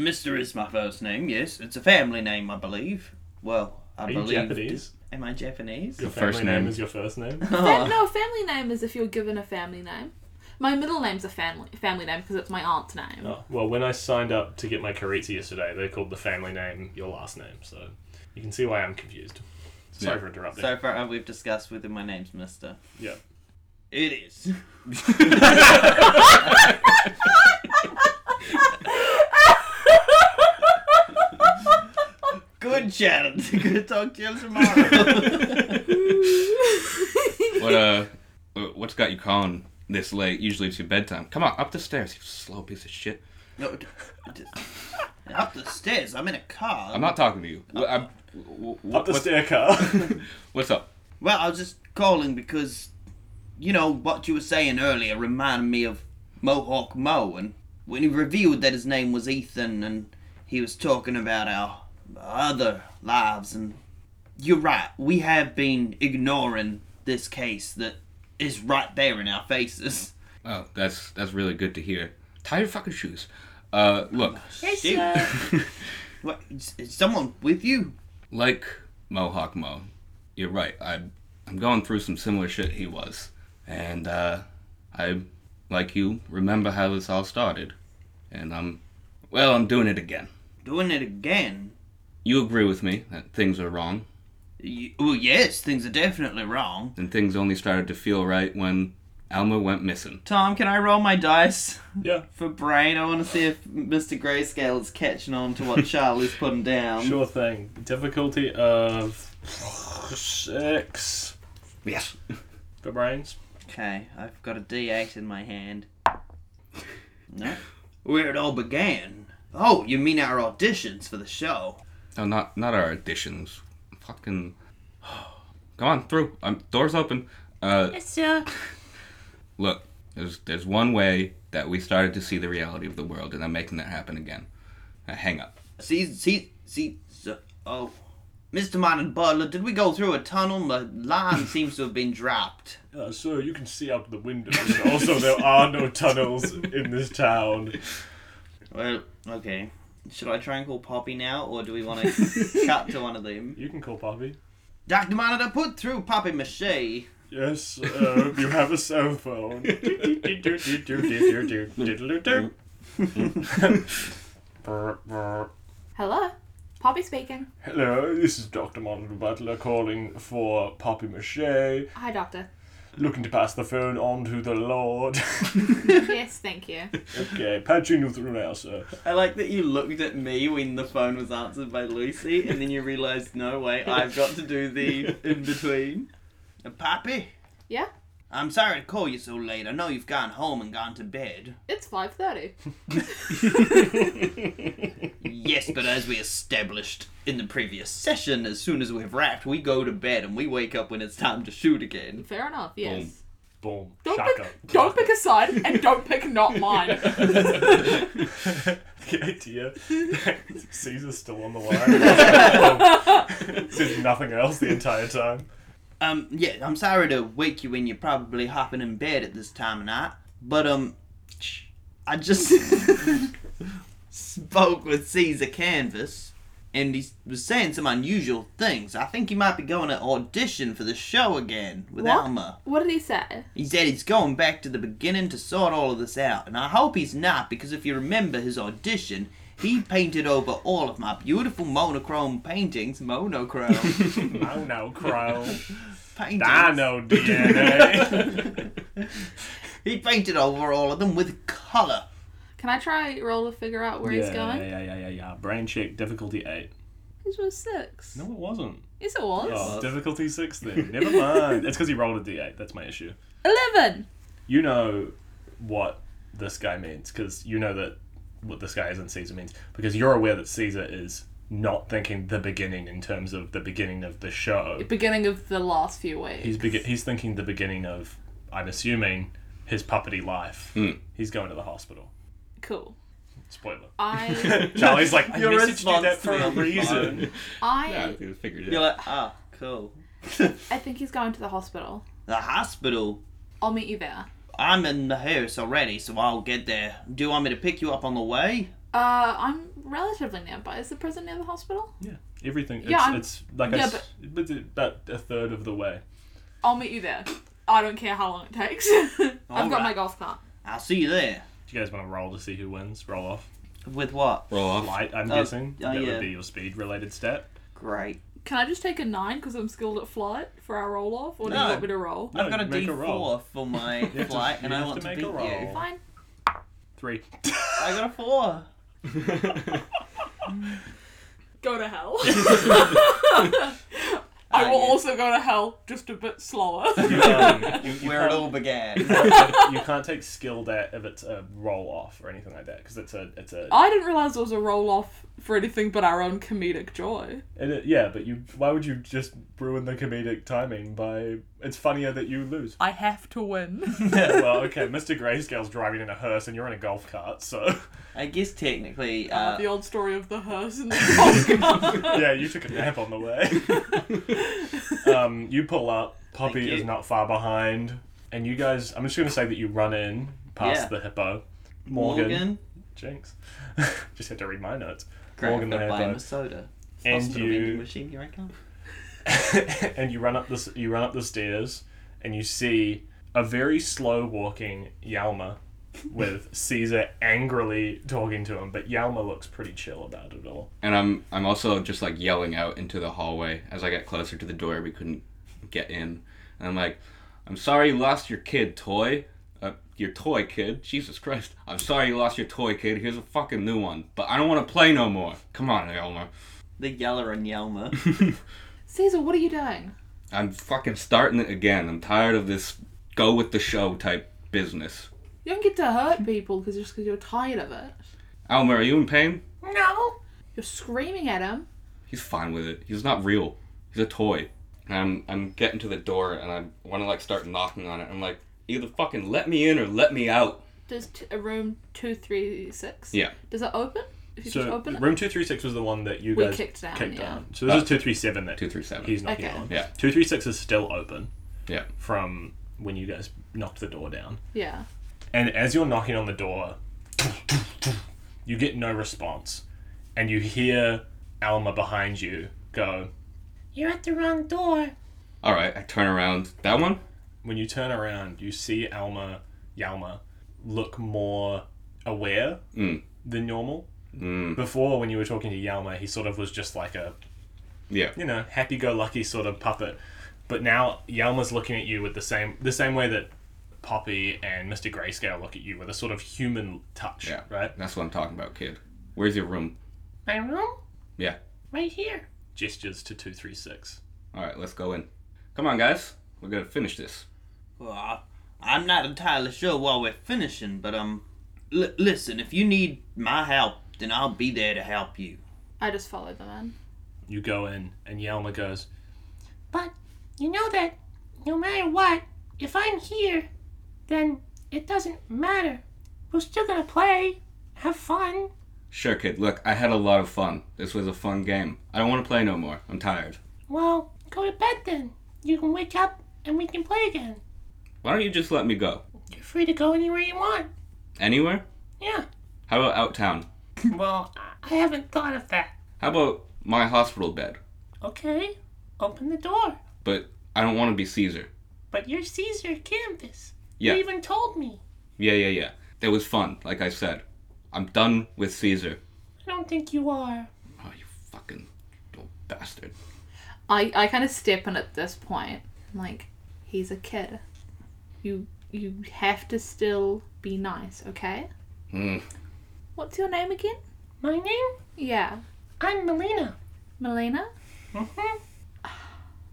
Speaker 1: Mister is my first name. Yes, it's a family name, I believe. Well, I
Speaker 5: Are you
Speaker 1: believe.
Speaker 5: Japanese?
Speaker 1: Am I Japanese?
Speaker 5: Your
Speaker 3: First
Speaker 5: family name
Speaker 3: name.
Speaker 5: is your first name.
Speaker 1: Ah.
Speaker 2: Fam- no, family name is if you're given a family name. My middle name's a family family name because it's my aunt's name.
Speaker 5: Oh, well, when I signed up to get my Karitsa yesterday, they called the family name your last name, so you can see why I'm confused. Sorry
Speaker 3: Yeah.
Speaker 5: for interrupting.
Speaker 1: So far, uh, we've discussed whether my name's Mister.
Speaker 5: Yeah.
Speaker 1: It is. Shannon. Good talk to you tomorrow.
Speaker 3: What uh, what's got you calling this late? Usually it's your bedtime. Come on, up the stairs, you slow piece of shit.
Speaker 1: no, d- d- up the stairs. I'm in a car.
Speaker 3: I'm not talking to you. Wh- I'm, wh- wh-
Speaker 5: Up the
Speaker 3: what's-
Speaker 5: stair car.
Speaker 3: What's up?
Speaker 1: Well, I was just calling because, you know, what you were saying earlier reminded me of Mohawk Mo, and when he revealed that his name was Ethan, and he was talking about our other lives, and you're right, we have been ignoring this case that is right there in our faces.
Speaker 3: Oh, that's that's really good to hear. Tie your fucking shoes. Uh, look,
Speaker 1: Shit. what, is, is someone with you?
Speaker 3: like Mohawk Mo, you're right. I'm I'm going through some similar shit he was, and uh, I, like you, remember how this all started, and I'm, well, I'm doing it again.
Speaker 1: Doing it again?
Speaker 3: You agree with me that things are wrong,
Speaker 1: Y well, yes, things are definitely wrong.
Speaker 3: and things only started to feel right when Alma went missing.
Speaker 1: Tom, can I roll my dice?
Speaker 5: yeah,
Speaker 1: for brain. I want to see if Mr. Grayscale is catching on to what Charlie's putting down.
Speaker 5: sure thing. Difficulty of six
Speaker 3: Yes.
Speaker 5: for brains.
Speaker 1: Okay, I've got a D8 in my hand. No. Where it all began. Oh, you mean our auditions for the show?
Speaker 3: No, Oh, not not our additions. Fucking. Come on through. I'm doors open. Uh,
Speaker 6: Yes, sir.
Speaker 3: look, there's there's one way that we started to see the reality of the world, and I'm making that happen again. Now, hang up.
Speaker 1: See, see, see. So, oh, Mr. Martin Butler, did we go through a tunnel? The line seems to have been dropped.
Speaker 5: Uh, sir, you can see out the windows. also, there are no tunnels in this town.
Speaker 1: Well, okay. Should I try and call Poppy now, or do we want to cut to one of them?
Speaker 5: You can call Poppy.
Speaker 1: Dr. Monitor, put through Poppy Mache.
Speaker 5: Yes, uh, you have a cell phone. Hello,
Speaker 2: Hello, Poppy speaking.
Speaker 5: this is Dr. Martin Butler calling for Poppy Mache,
Speaker 2: Hi, Doctor.
Speaker 5: looking to pass the phone on to the Lord.
Speaker 2: yes, thank you.
Speaker 5: okay, patching you through now, sir.
Speaker 1: I like that you looked at me when the phone was answered by Lucy, and then you realised, no way, I've got to do the in between. Pappy,
Speaker 2: Yeah,
Speaker 1: Uh, I'm sorry to call you so late. I know you've gone home and gone to bed.
Speaker 2: it's five thirty.
Speaker 1: Yes, but as we established in the previous session, as soon as we've wrapped, we go to bed and we wake up when it's time to shoot again.
Speaker 2: Fair enough. Yes.
Speaker 5: Boom.
Speaker 2: Don't
Speaker 5: Shaka.
Speaker 2: pick. Don't pick a side, and don't pick not mine.
Speaker 5: The idea that Caesar's still on the line. Says nothing else the entire time.
Speaker 1: Um, yeah, I'm sorry to wake you when you're probably hopping in bed at this time of night, but um, I just spoke with Caesar Canvas, and he was saying some unusual things. I think he might be going to audition for the show again with
Speaker 2: What?
Speaker 1: Alma.
Speaker 2: What did he say?
Speaker 1: He said he's going back to the beginning to sort all of this out, and I hope he's not because if you remember his audition, he painted over all of my beautiful monochrome paintings. Monochrome
Speaker 5: Oh no, Crow.
Speaker 1: paintings.
Speaker 5: I know DNA.
Speaker 1: He painted over all of them with colour.
Speaker 2: Can I try roll to figure out where he's going?
Speaker 5: yeah, yeah, yeah, yeah. Brain check, difficulty 8.
Speaker 2: This was six.
Speaker 5: No, it wasn't.
Speaker 2: Yes, it was.
Speaker 5: Oh, difficulty 6 then. Never mind. It's because he rolled a d8. That's my issue.
Speaker 2: Eleven.
Speaker 5: You know what this guy means, because you know that what this guy is in Caesar means, because you're aware that Caesar is not thinking the beginning in terms of the beginning of the show.
Speaker 2: Beginning of the last few weeks.
Speaker 5: He's begi- he's thinking the beginning of, I'm assuming, his puppety life. He's going to the hospital.
Speaker 2: Cool.
Speaker 5: Spoiler.
Speaker 2: I.
Speaker 5: Charlie's like, I
Speaker 1: Your
Speaker 5: messaged you that
Speaker 1: response
Speaker 5: for
Speaker 1: to
Speaker 5: a
Speaker 1: me is
Speaker 5: reason.
Speaker 2: I.
Speaker 3: figured
Speaker 1: You're like, ah, cool.
Speaker 2: I think he's going to the hospital.
Speaker 1: The hospital.
Speaker 2: I'll meet you there.
Speaker 1: I'm in the house already, so I'll get there. Do you want me to pick you up on the way?
Speaker 2: Uh, I'm relatively nearby. Is the prison near the hospital?
Speaker 5: Yeah, everything. It's,
Speaker 2: Yeah, I'm-
Speaker 5: it's like I
Speaker 2: Yeah,
Speaker 5: s- but about a third of the way.
Speaker 2: I'll meet you there. I don't care how long it takes. I've got
Speaker 1: Alright.
Speaker 2: my golf cart.
Speaker 1: I'll see you there.
Speaker 5: Do you guys want to roll to see who wins? Roll off.
Speaker 1: With what?
Speaker 3: Roll off.
Speaker 5: Light, I'm
Speaker 1: Oh,
Speaker 5: guessing.
Speaker 1: oh,
Speaker 5: that
Speaker 1: yeah.
Speaker 5: would be your speed related stat.
Speaker 1: Great.
Speaker 2: Can I just take a nine because I'm skilled at flight for our roll off, or do you
Speaker 1: No.
Speaker 2: want me to roll?
Speaker 5: No,
Speaker 1: I've got a
Speaker 5: make a roll.
Speaker 1: D4 for my
Speaker 5: have to-
Speaker 1: flight, and
Speaker 5: you
Speaker 1: I
Speaker 5: have
Speaker 1: want to,
Speaker 5: to make a
Speaker 1: beat you.
Speaker 5: roll.
Speaker 2: Fine.
Speaker 5: Three.
Speaker 1: I got a 4.
Speaker 2: go to hell. I will
Speaker 1: yeah.
Speaker 2: also go to hell, just a bit slower.
Speaker 5: Um, you, you
Speaker 1: Where it
Speaker 5: can't-
Speaker 1: all began.
Speaker 5: you can't take skilled at if it's a roll off or anything like that because it's a it's a
Speaker 2: I didn't realize it was a roll off for anything but our own comedic joy.
Speaker 5: it, it- yeah. But you why would you just ruin the comedic timing by it's funnier that you lose.
Speaker 2: I have to win.
Speaker 5: well, okay, Mr. Grayscale's driving in a hearse and you're in a golf cart, so
Speaker 1: I guess technically,
Speaker 2: Uh, the
Speaker 1: uh,
Speaker 2: old story of the hearse and the
Speaker 5: yeah, you took a nap on the way. um, you pull up.
Speaker 1: Thank
Speaker 5: Poppy
Speaker 1: you.
Speaker 5: is not far behind, and you guys. I'm just gonna say that you run in past
Speaker 1: Yeah.
Speaker 5: the hippo.
Speaker 1: Morgan,
Speaker 5: Jinx. just had to read my notes.
Speaker 1: grabbed
Speaker 5: the
Speaker 1: up by
Speaker 5: hippo.
Speaker 1: a soda.
Speaker 5: And
Speaker 1: Hospital vending
Speaker 5: you
Speaker 1: machine, here I come.
Speaker 5: and you run up the s- you run up the stairs, and you see a very slow walking Yalma, with Caesar angrily talking to him. But Yalma looks pretty chill about it all.
Speaker 3: And I'm I'm also just like yelling out into the hallway as I get closer to the door. We couldn't get in, and I'm like, "I'm sorry you lost your kid, toy. Uh, your toy kid. Jesus Christ! I'm sorry you lost your toy kid. Here's a fucking new one. But I don't want to play no more. Come on, Elmer.
Speaker 1: The Yeller and Yelmer.
Speaker 2: Caesar, what are you doing?
Speaker 3: I'm fucking starting it again. I'm tired of this go with the show type business.
Speaker 2: You don't get to hurt people because just because you're tired of it.
Speaker 3: Elmer, are you in pain?
Speaker 6: No.
Speaker 2: You're screaming at him.
Speaker 3: He's fine with it. He's not real. He's a toy. And I'm I'm getting to the door and I want to like start knocking on it. I'm like, either fucking let me in or let me out.
Speaker 2: Does t- a room two three six?
Speaker 3: Yeah.
Speaker 2: Does it open? If you just
Speaker 5: So
Speaker 2: open it.
Speaker 5: room two three six was the one that you
Speaker 2: We
Speaker 5: guys
Speaker 2: kicked down, yeah.
Speaker 5: So this is two three seven that
Speaker 3: Uh, Two three seven.
Speaker 5: he's knocking
Speaker 2: Okay.
Speaker 5: on.
Speaker 3: Yeah.
Speaker 5: two three six is still open
Speaker 3: yeah.
Speaker 5: from when you guys knocked the door down.
Speaker 2: Yeah.
Speaker 5: And as you're knocking on the door, you get no response, and you hear Alma behind you go.
Speaker 6: You're at the wrong door.
Speaker 3: All right. I turn around. That one.
Speaker 5: when you turn around, you see Alma Yalma look more aware
Speaker 3: Mm.
Speaker 5: than normal.
Speaker 3: Mm.
Speaker 5: Before, when you were talking to Yalma, he sort of was just like a
Speaker 3: Yeah.
Speaker 5: you know happy-go-lucky sort of puppet, but now Yalma's looking at you with the same the same way that Poppy and Mister Grayscale look at you with a sort of human touch,
Speaker 3: Yeah.
Speaker 5: right?
Speaker 3: That's what I'm talking about, kid. Where's your room?
Speaker 6: My room?
Speaker 3: Yeah.
Speaker 6: Right here.
Speaker 5: Gestures to two three six.
Speaker 3: All right. Let's go in. Come on, guys. We're gonna finish this.
Speaker 1: Well, I'm not entirely sure why we're finishing, but um, l- listen, if you need my help, then I'll be there to help you.
Speaker 2: I just followed them in.
Speaker 5: You go in, and Yalma goes,
Speaker 6: But you know that no matter what, if I'm here, then it doesn't matter. We're still gonna play, have fun.
Speaker 3: Sure, kid. Look, I had a lot of fun. This was a fun game. I don't want to play no more. I'm tired.
Speaker 6: Well, go to bed then. You can wake up and we can play again.
Speaker 3: Why don't you just let me go?
Speaker 6: You're free to go anywhere you want.
Speaker 3: Anywhere?
Speaker 6: Yeah,
Speaker 3: How about out town?
Speaker 6: well, I- I haven't thought of that.
Speaker 3: How about my hospital bed?
Speaker 6: Okay, open the door.
Speaker 3: But I don't want to be Caesar.
Speaker 6: But you're Caesar Canvas.
Speaker 3: Yeah.
Speaker 6: You even told me.
Speaker 3: Yeah, yeah, yeah. That was fun, like I said. I'm done with Caesar.
Speaker 6: I don't think you are.
Speaker 3: Oh, you fucking little bastard.
Speaker 2: I, I kind of step in at this point. I'm like, he's a kid. You you have to still be nice, okay?
Speaker 3: Hmm.
Speaker 2: What's your name again?
Speaker 6: My name?
Speaker 2: Yeah,
Speaker 6: I'm Melina.
Speaker 2: Melina.
Speaker 6: hmm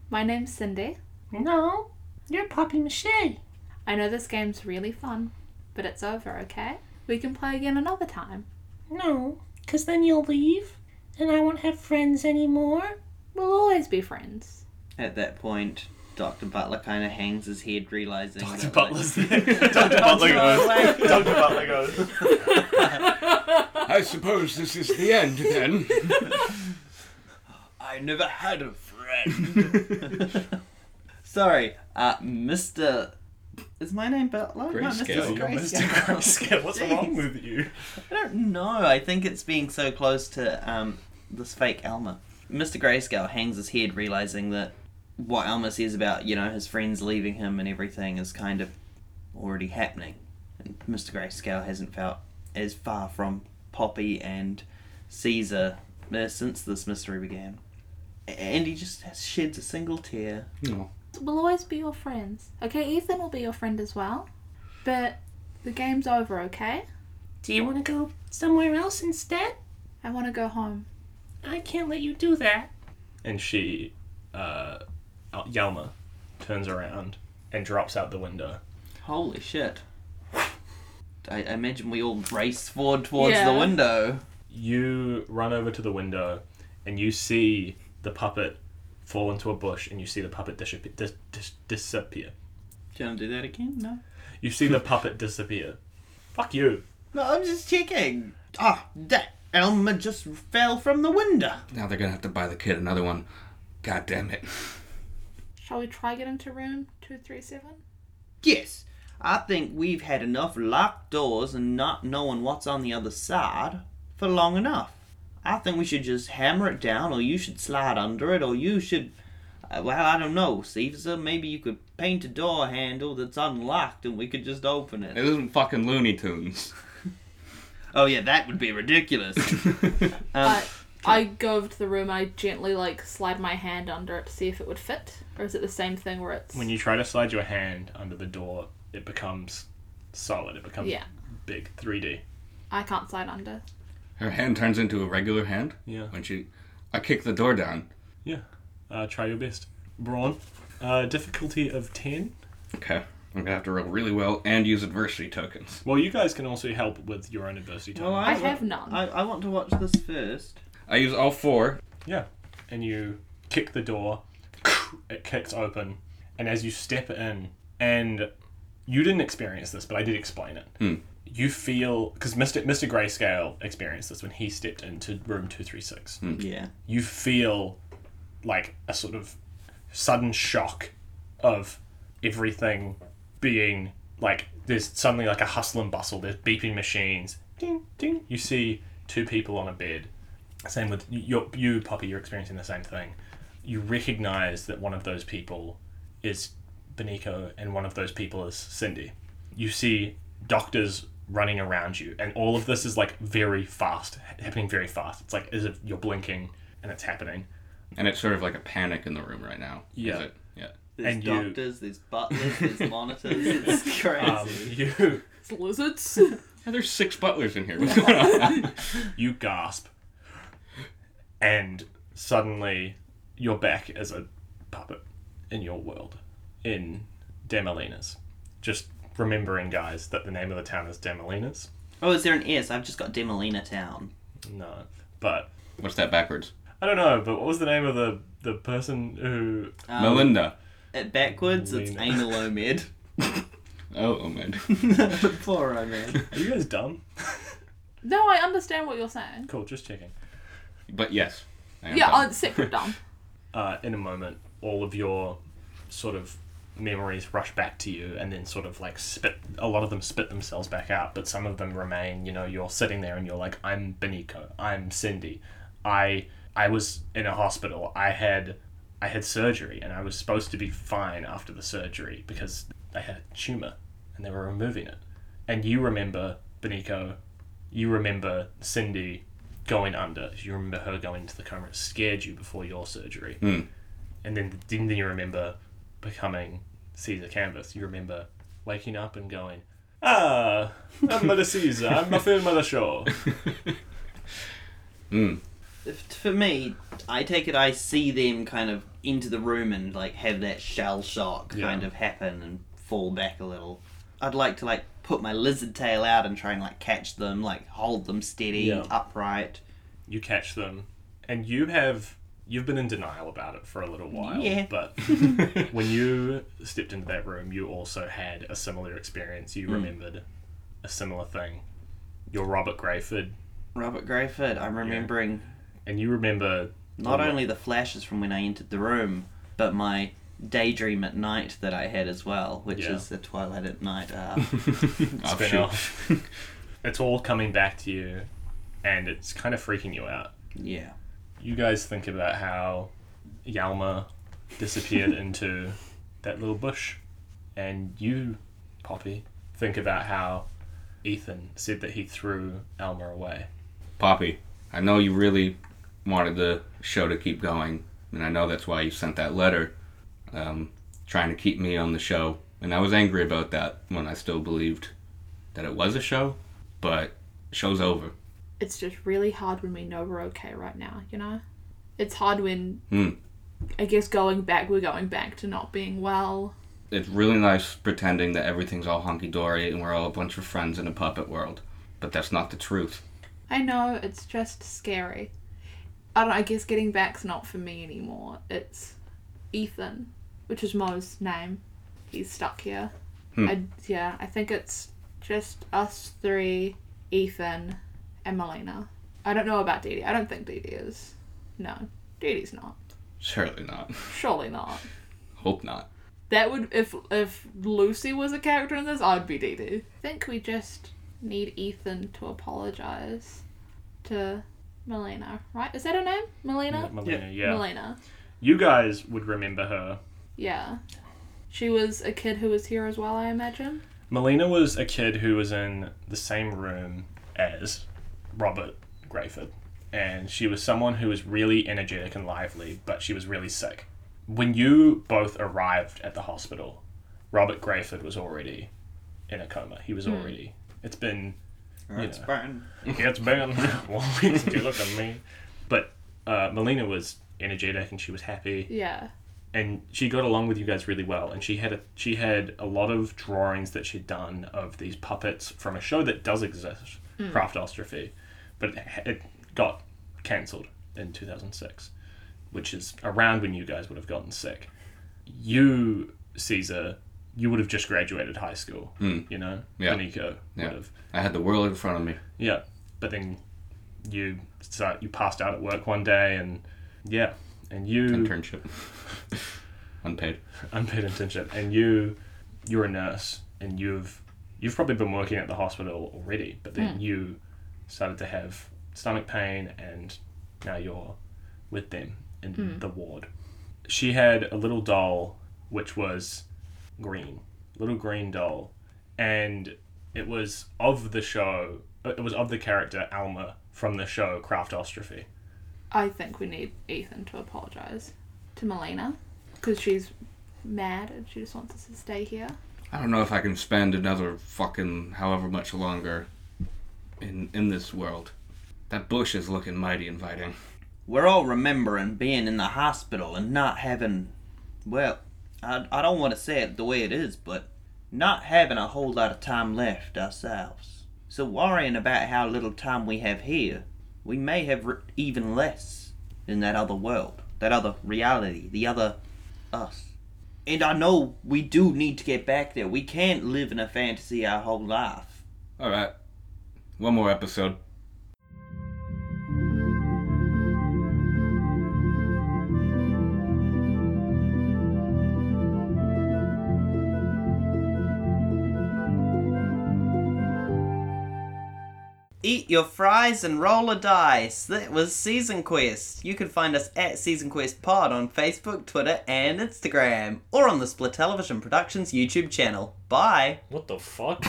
Speaker 2: My name's Cindy.
Speaker 6: No, you're Poppy Mache.
Speaker 2: I know this game's really fun, but it's over, okay? We can play again another time.
Speaker 6: No, 'cause then you'll leave, and I won't have friends anymore.
Speaker 2: We'll always be friends.
Speaker 1: At that point, Dr. Butler kind of hangs his head, realizing
Speaker 5: "Dr.
Speaker 1: that, like,
Speaker 5: Butler's there." Dr. Butler goes. Dr. Butler goes.
Speaker 3: I suppose this is the end then.
Speaker 1: I never had a friend. Sorry, uh, Mr. Is my name Butler? No,
Speaker 3: Grayscale.
Speaker 1: Mr.
Speaker 5: You're Mr.
Speaker 1: Grayscale.
Speaker 5: Grayscale. What's wrong
Speaker 1: Jeez.
Speaker 5: with you?
Speaker 1: I don't know. I think it's being so close to um, this fake Elmer. Mr. Grayscale hangs his head, realizing that what Elmer says about you know his friends leaving him and everything is kind of already happening. And Mr. Grayscale hasn't felt as far from Poppy and Caesar uh, since this mystery began. A- And he just sheds a single tear.
Speaker 2: We'll always be your friends. Okay, Ethan will be your friend as well. But the game's over, okay?
Speaker 6: Do you want to go somewhere else instead?
Speaker 2: I want to go home.
Speaker 6: I can't let you do that.
Speaker 5: and she, uh, uh, Yelma, turns around and drops out the window.
Speaker 1: Holy shit. I I imagine we all race forward towards
Speaker 2: Yeah.
Speaker 1: the window.
Speaker 5: You run over to the window, and you see the puppet fall into a bush, and you see the puppet disappear. Dis- dis- disappear.
Speaker 1: Do you want to do that again? No.
Speaker 5: You see the puppet disappear. Fuck you.
Speaker 1: No, I'm just checking. Ah, that Elmer just fell from the window.
Speaker 3: Now they're gonna have to buy the kid another one. God damn it.
Speaker 2: Shall we try get into room 237?
Speaker 1: Yes, I think we've had enough locked doors and not knowing what's on the other side for long enough. I think we should just hammer it down, or you should slide under it, or you should. uh, Well, I don't know, Caesar. Maybe you could paint a door handle that's unlocked and we could just open
Speaker 3: It
Speaker 1: it.
Speaker 3: isn't fucking Looney Tunes.
Speaker 1: Oh, yeah, that would be ridiculous. um,
Speaker 2: I, I go over to the room, I gently like slide my hand under it to see if it would fit. Or is it the same thing where it's.
Speaker 5: When you try to slide your hand under the door, it becomes solid. It becomes
Speaker 2: Yeah.
Speaker 5: big, 3D.
Speaker 2: I can't slide under.
Speaker 3: Her hand turns into a regular hand
Speaker 5: Yeah.
Speaker 3: when she. I kick the door down.
Speaker 5: Yeah. Uh, try your best. Brawn. Uh, difficulty of 10.
Speaker 3: Okay. I'm gonna have to roll really well and use adversity tokens.
Speaker 5: Well, you guys can also help with your own adversity time.
Speaker 1: well,
Speaker 2: I
Speaker 1: wa-
Speaker 2: have none.
Speaker 1: I, I want to watch this first.
Speaker 3: I use all four.
Speaker 5: Yeah. And you kick the door, it kicks open, and as you step in, and you didn't experience this, but I did explain it. You feel because Mr. Mr. Grayscale experienced this when he stepped into room two three six.
Speaker 1: Yeah.
Speaker 5: You feel like a sort of sudden shock of everything being like there's suddenly like a hustle and bustle. There's beeping machines. Ding ding. You see two people on a bed. Same with you, you Poppy. You're experiencing the same thing. You recognise that one of those people is Benico and one of those people is Cindy. You see doctors running around you, and all of this is like very fast, happening very fast. It's like as if you're blinking and it's happening.
Speaker 3: And it's sort of like a panic in the room right now. is
Speaker 5: Yeah.
Speaker 3: it? Yeah.
Speaker 1: There's
Speaker 5: And you-
Speaker 1: doctors, there's butlers, there's monitors. It's crazy.
Speaker 5: Um, you
Speaker 2: It's lizards.
Speaker 3: Yeah, there's six butlers in here. What's going on?
Speaker 5: you gasp, and suddenly you're back as a puppet in your world, in Demolinas. Just remembering, guys, that the name of the town is Demolinas.
Speaker 1: oh, is there an S? I've just got Demolina Town.
Speaker 5: No, but
Speaker 3: What's that backwards?
Speaker 5: I don't know. But what was the name of the the person who?
Speaker 1: Um,
Speaker 3: Melinda.
Speaker 1: It backwards, it's
Speaker 5: Lena.
Speaker 1: anal omid.
Speaker 3: Oh, oh man.
Speaker 1: Poor omid.
Speaker 5: Are you guys dumb?
Speaker 2: no, I understand what you're saying.
Speaker 5: cool, just checking.
Speaker 3: But yes. I am
Speaker 2: Yeah,
Speaker 3: done.
Speaker 2: uh, separate dumb.
Speaker 5: Uh, in a moment, all of your sort of memories rush back to you, and then sort of like spit. A lot of them spit themselves back out, but some of them remain. You know, you're sitting there and you're like, "I'm Benico. I'm Cindy. I I was in a hospital. I had." I had surgery and I was supposed to be fine after the surgery because I had a tumor and they were removing it. And you remember Benico you remember Cindy going under. You remember her going into the coma. It scared you before your surgery.
Speaker 3: Hmm.
Speaker 5: And then, then you remember becoming Caesar Canvas. You remember waking up and going, Ah, I'm Mother Caesar. I'm my film Mother Shaw.
Speaker 1: If- For me, I take it I see them kind of into the room and like have that shell shock
Speaker 5: Yeah.
Speaker 1: kind of happen and fall back a little. I'd like to like put my lizard tail out and try and like catch them, like hold them steady,
Speaker 5: Yeah.
Speaker 1: upright.
Speaker 5: You catch them, and you have you've been in denial about it for a little while.
Speaker 1: Yeah.
Speaker 5: But when you stepped into that room, you also had a similar experience. You remembered a similar thing. You're Robert Grayford,
Speaker 1: Robert Grayford, I'm remembering
Speaker 5: and you remember
Speaker 1: not
Speaker 5: Oh,
Speaker 1: only the flashes from when I entered the room, but my daydream at night that I had as well, which
Speaker 5: Yeah.
Speaker 1: is the Twilight at Night. Uh,
Speaker 3: Oh,
Speaker 5: spin
Speaker 3: shoot.
Speaker 5: off. it's all coming back to you and it's kind of freaking you out.
Speaker 1: yeah.
Speaker 5: You guys think about how Yalma disappeared into that little bush, and you, Poppy, think about how Ethan said that he threw Alma away.
Speaker 3: Poppy, I know you really wanted the show to keep going, and I know that's why you sent that letter, um, trying to keep me on the show. And I was angry about that when I still believed that it was a show, but show's over.
Speaker 2: it's just really hard when we know we're okay right now, you know? It's hard when
Speaker 3: Hmm.
Speaker 2: I guess going back we're going back to not being well.
Speaker 3: It's really nice pretending that everything's all hunky dory and we're all a bunch of friends in a puppet world, but that's not the truth.
Speaker 2: I know, it's just scary. I don't I guess getting back's not for me anymore. It's Ethan, which is Mo's name. He's stuck here. I, yeah, I think it's just us three, Ethan, and Melina. I don't know about Dee Dee. I don't think Dee Dee is. No, Dee Dee's not.
Speaker 3: Surely not.
Speaker 2: Surely not.
Speaker 3: Hope not.
Speaker 2: That would if if Lucy was a character in this, I'd be Dee Dee. I think we just need Ethan to apologize to Melina, right? Is that her name? Melina?
Speaker 5: Melina, yeah.
Speaker 2: Melina.
Speaker 5: You guys would remember her.
Speaker 2: Yeah. She was a kid who was here as well, I imagine.
Speaker 5: Melina was a kid who was in the same room as Robert Grayford. And she was someone who was really energetic and lively, but she was really sick. When you both arrived at the hospital, Robert Grayford was already in a coma. He was already. It's been
Speaker 1: Alright,
Speaker 5: Yeah.
Speaker 1: Spartan.
Speaker 5: Yeah, it's been well, do you look at me. But uh, Melina was energetic and she was happy,
Speaker 2: Yeah.
Speaker 5: and she got along with you guys really well. And she had a, she had a lot of drawings that she'd done of these puppets from a show that does exist, Craftostrophe, but it, it got cancelled in two thousand six, which is around when you guys would have gotten sick. You, Caesar, you would have just graduated high school. You know,
Speaker 3: Hmm. Yeah.
Speaker 5: Nico would
Speaker 3: Yeah.
Speaker 5: have.
Speaker 3: I had the world in front of me.
Speaker 5: Yeah, but then you start, you passed out at work one day, and yeah, and you
Speaker 3: Internship. Unpaid.
Speaker 5: unpaid internship, and you you're a nurse, and you've you've probably been working at the hospital already, but then you started to have stomach pain, and now you're with them in the ward. She had a little doll which was green, little green doll, and it was of the show. It was of the character Alma from the show Craftostrophe.
Speaker 2: I think we need Ethan to apologize to Melina because she's mad and she just wants us to stay here.
Speaker 3: I don't know if I can spend another fucking however much longer in in this world. That bush is looking mighty inviting.
Speaker 1: We're all remembering being in the hospital and not having, well, I, I don't want to say it the way it is, but not having a whole lot of time left ourselves. So worrying about how little time we have here, we may have re- even less in that other world, that other reality, the other us. And I know we do need to get back there. We can't live in a fantasy our whole life.
Speaker 3: All right, one more episode.
Speaker 1: Eat your fries and roll a dice. That was Season Quest. You can find us at Season Quest Pod on Facebook, Twitter, and Instagram, or on the Split Television Productions YouTube channel. Bye.
Speaker 5: What the fuck?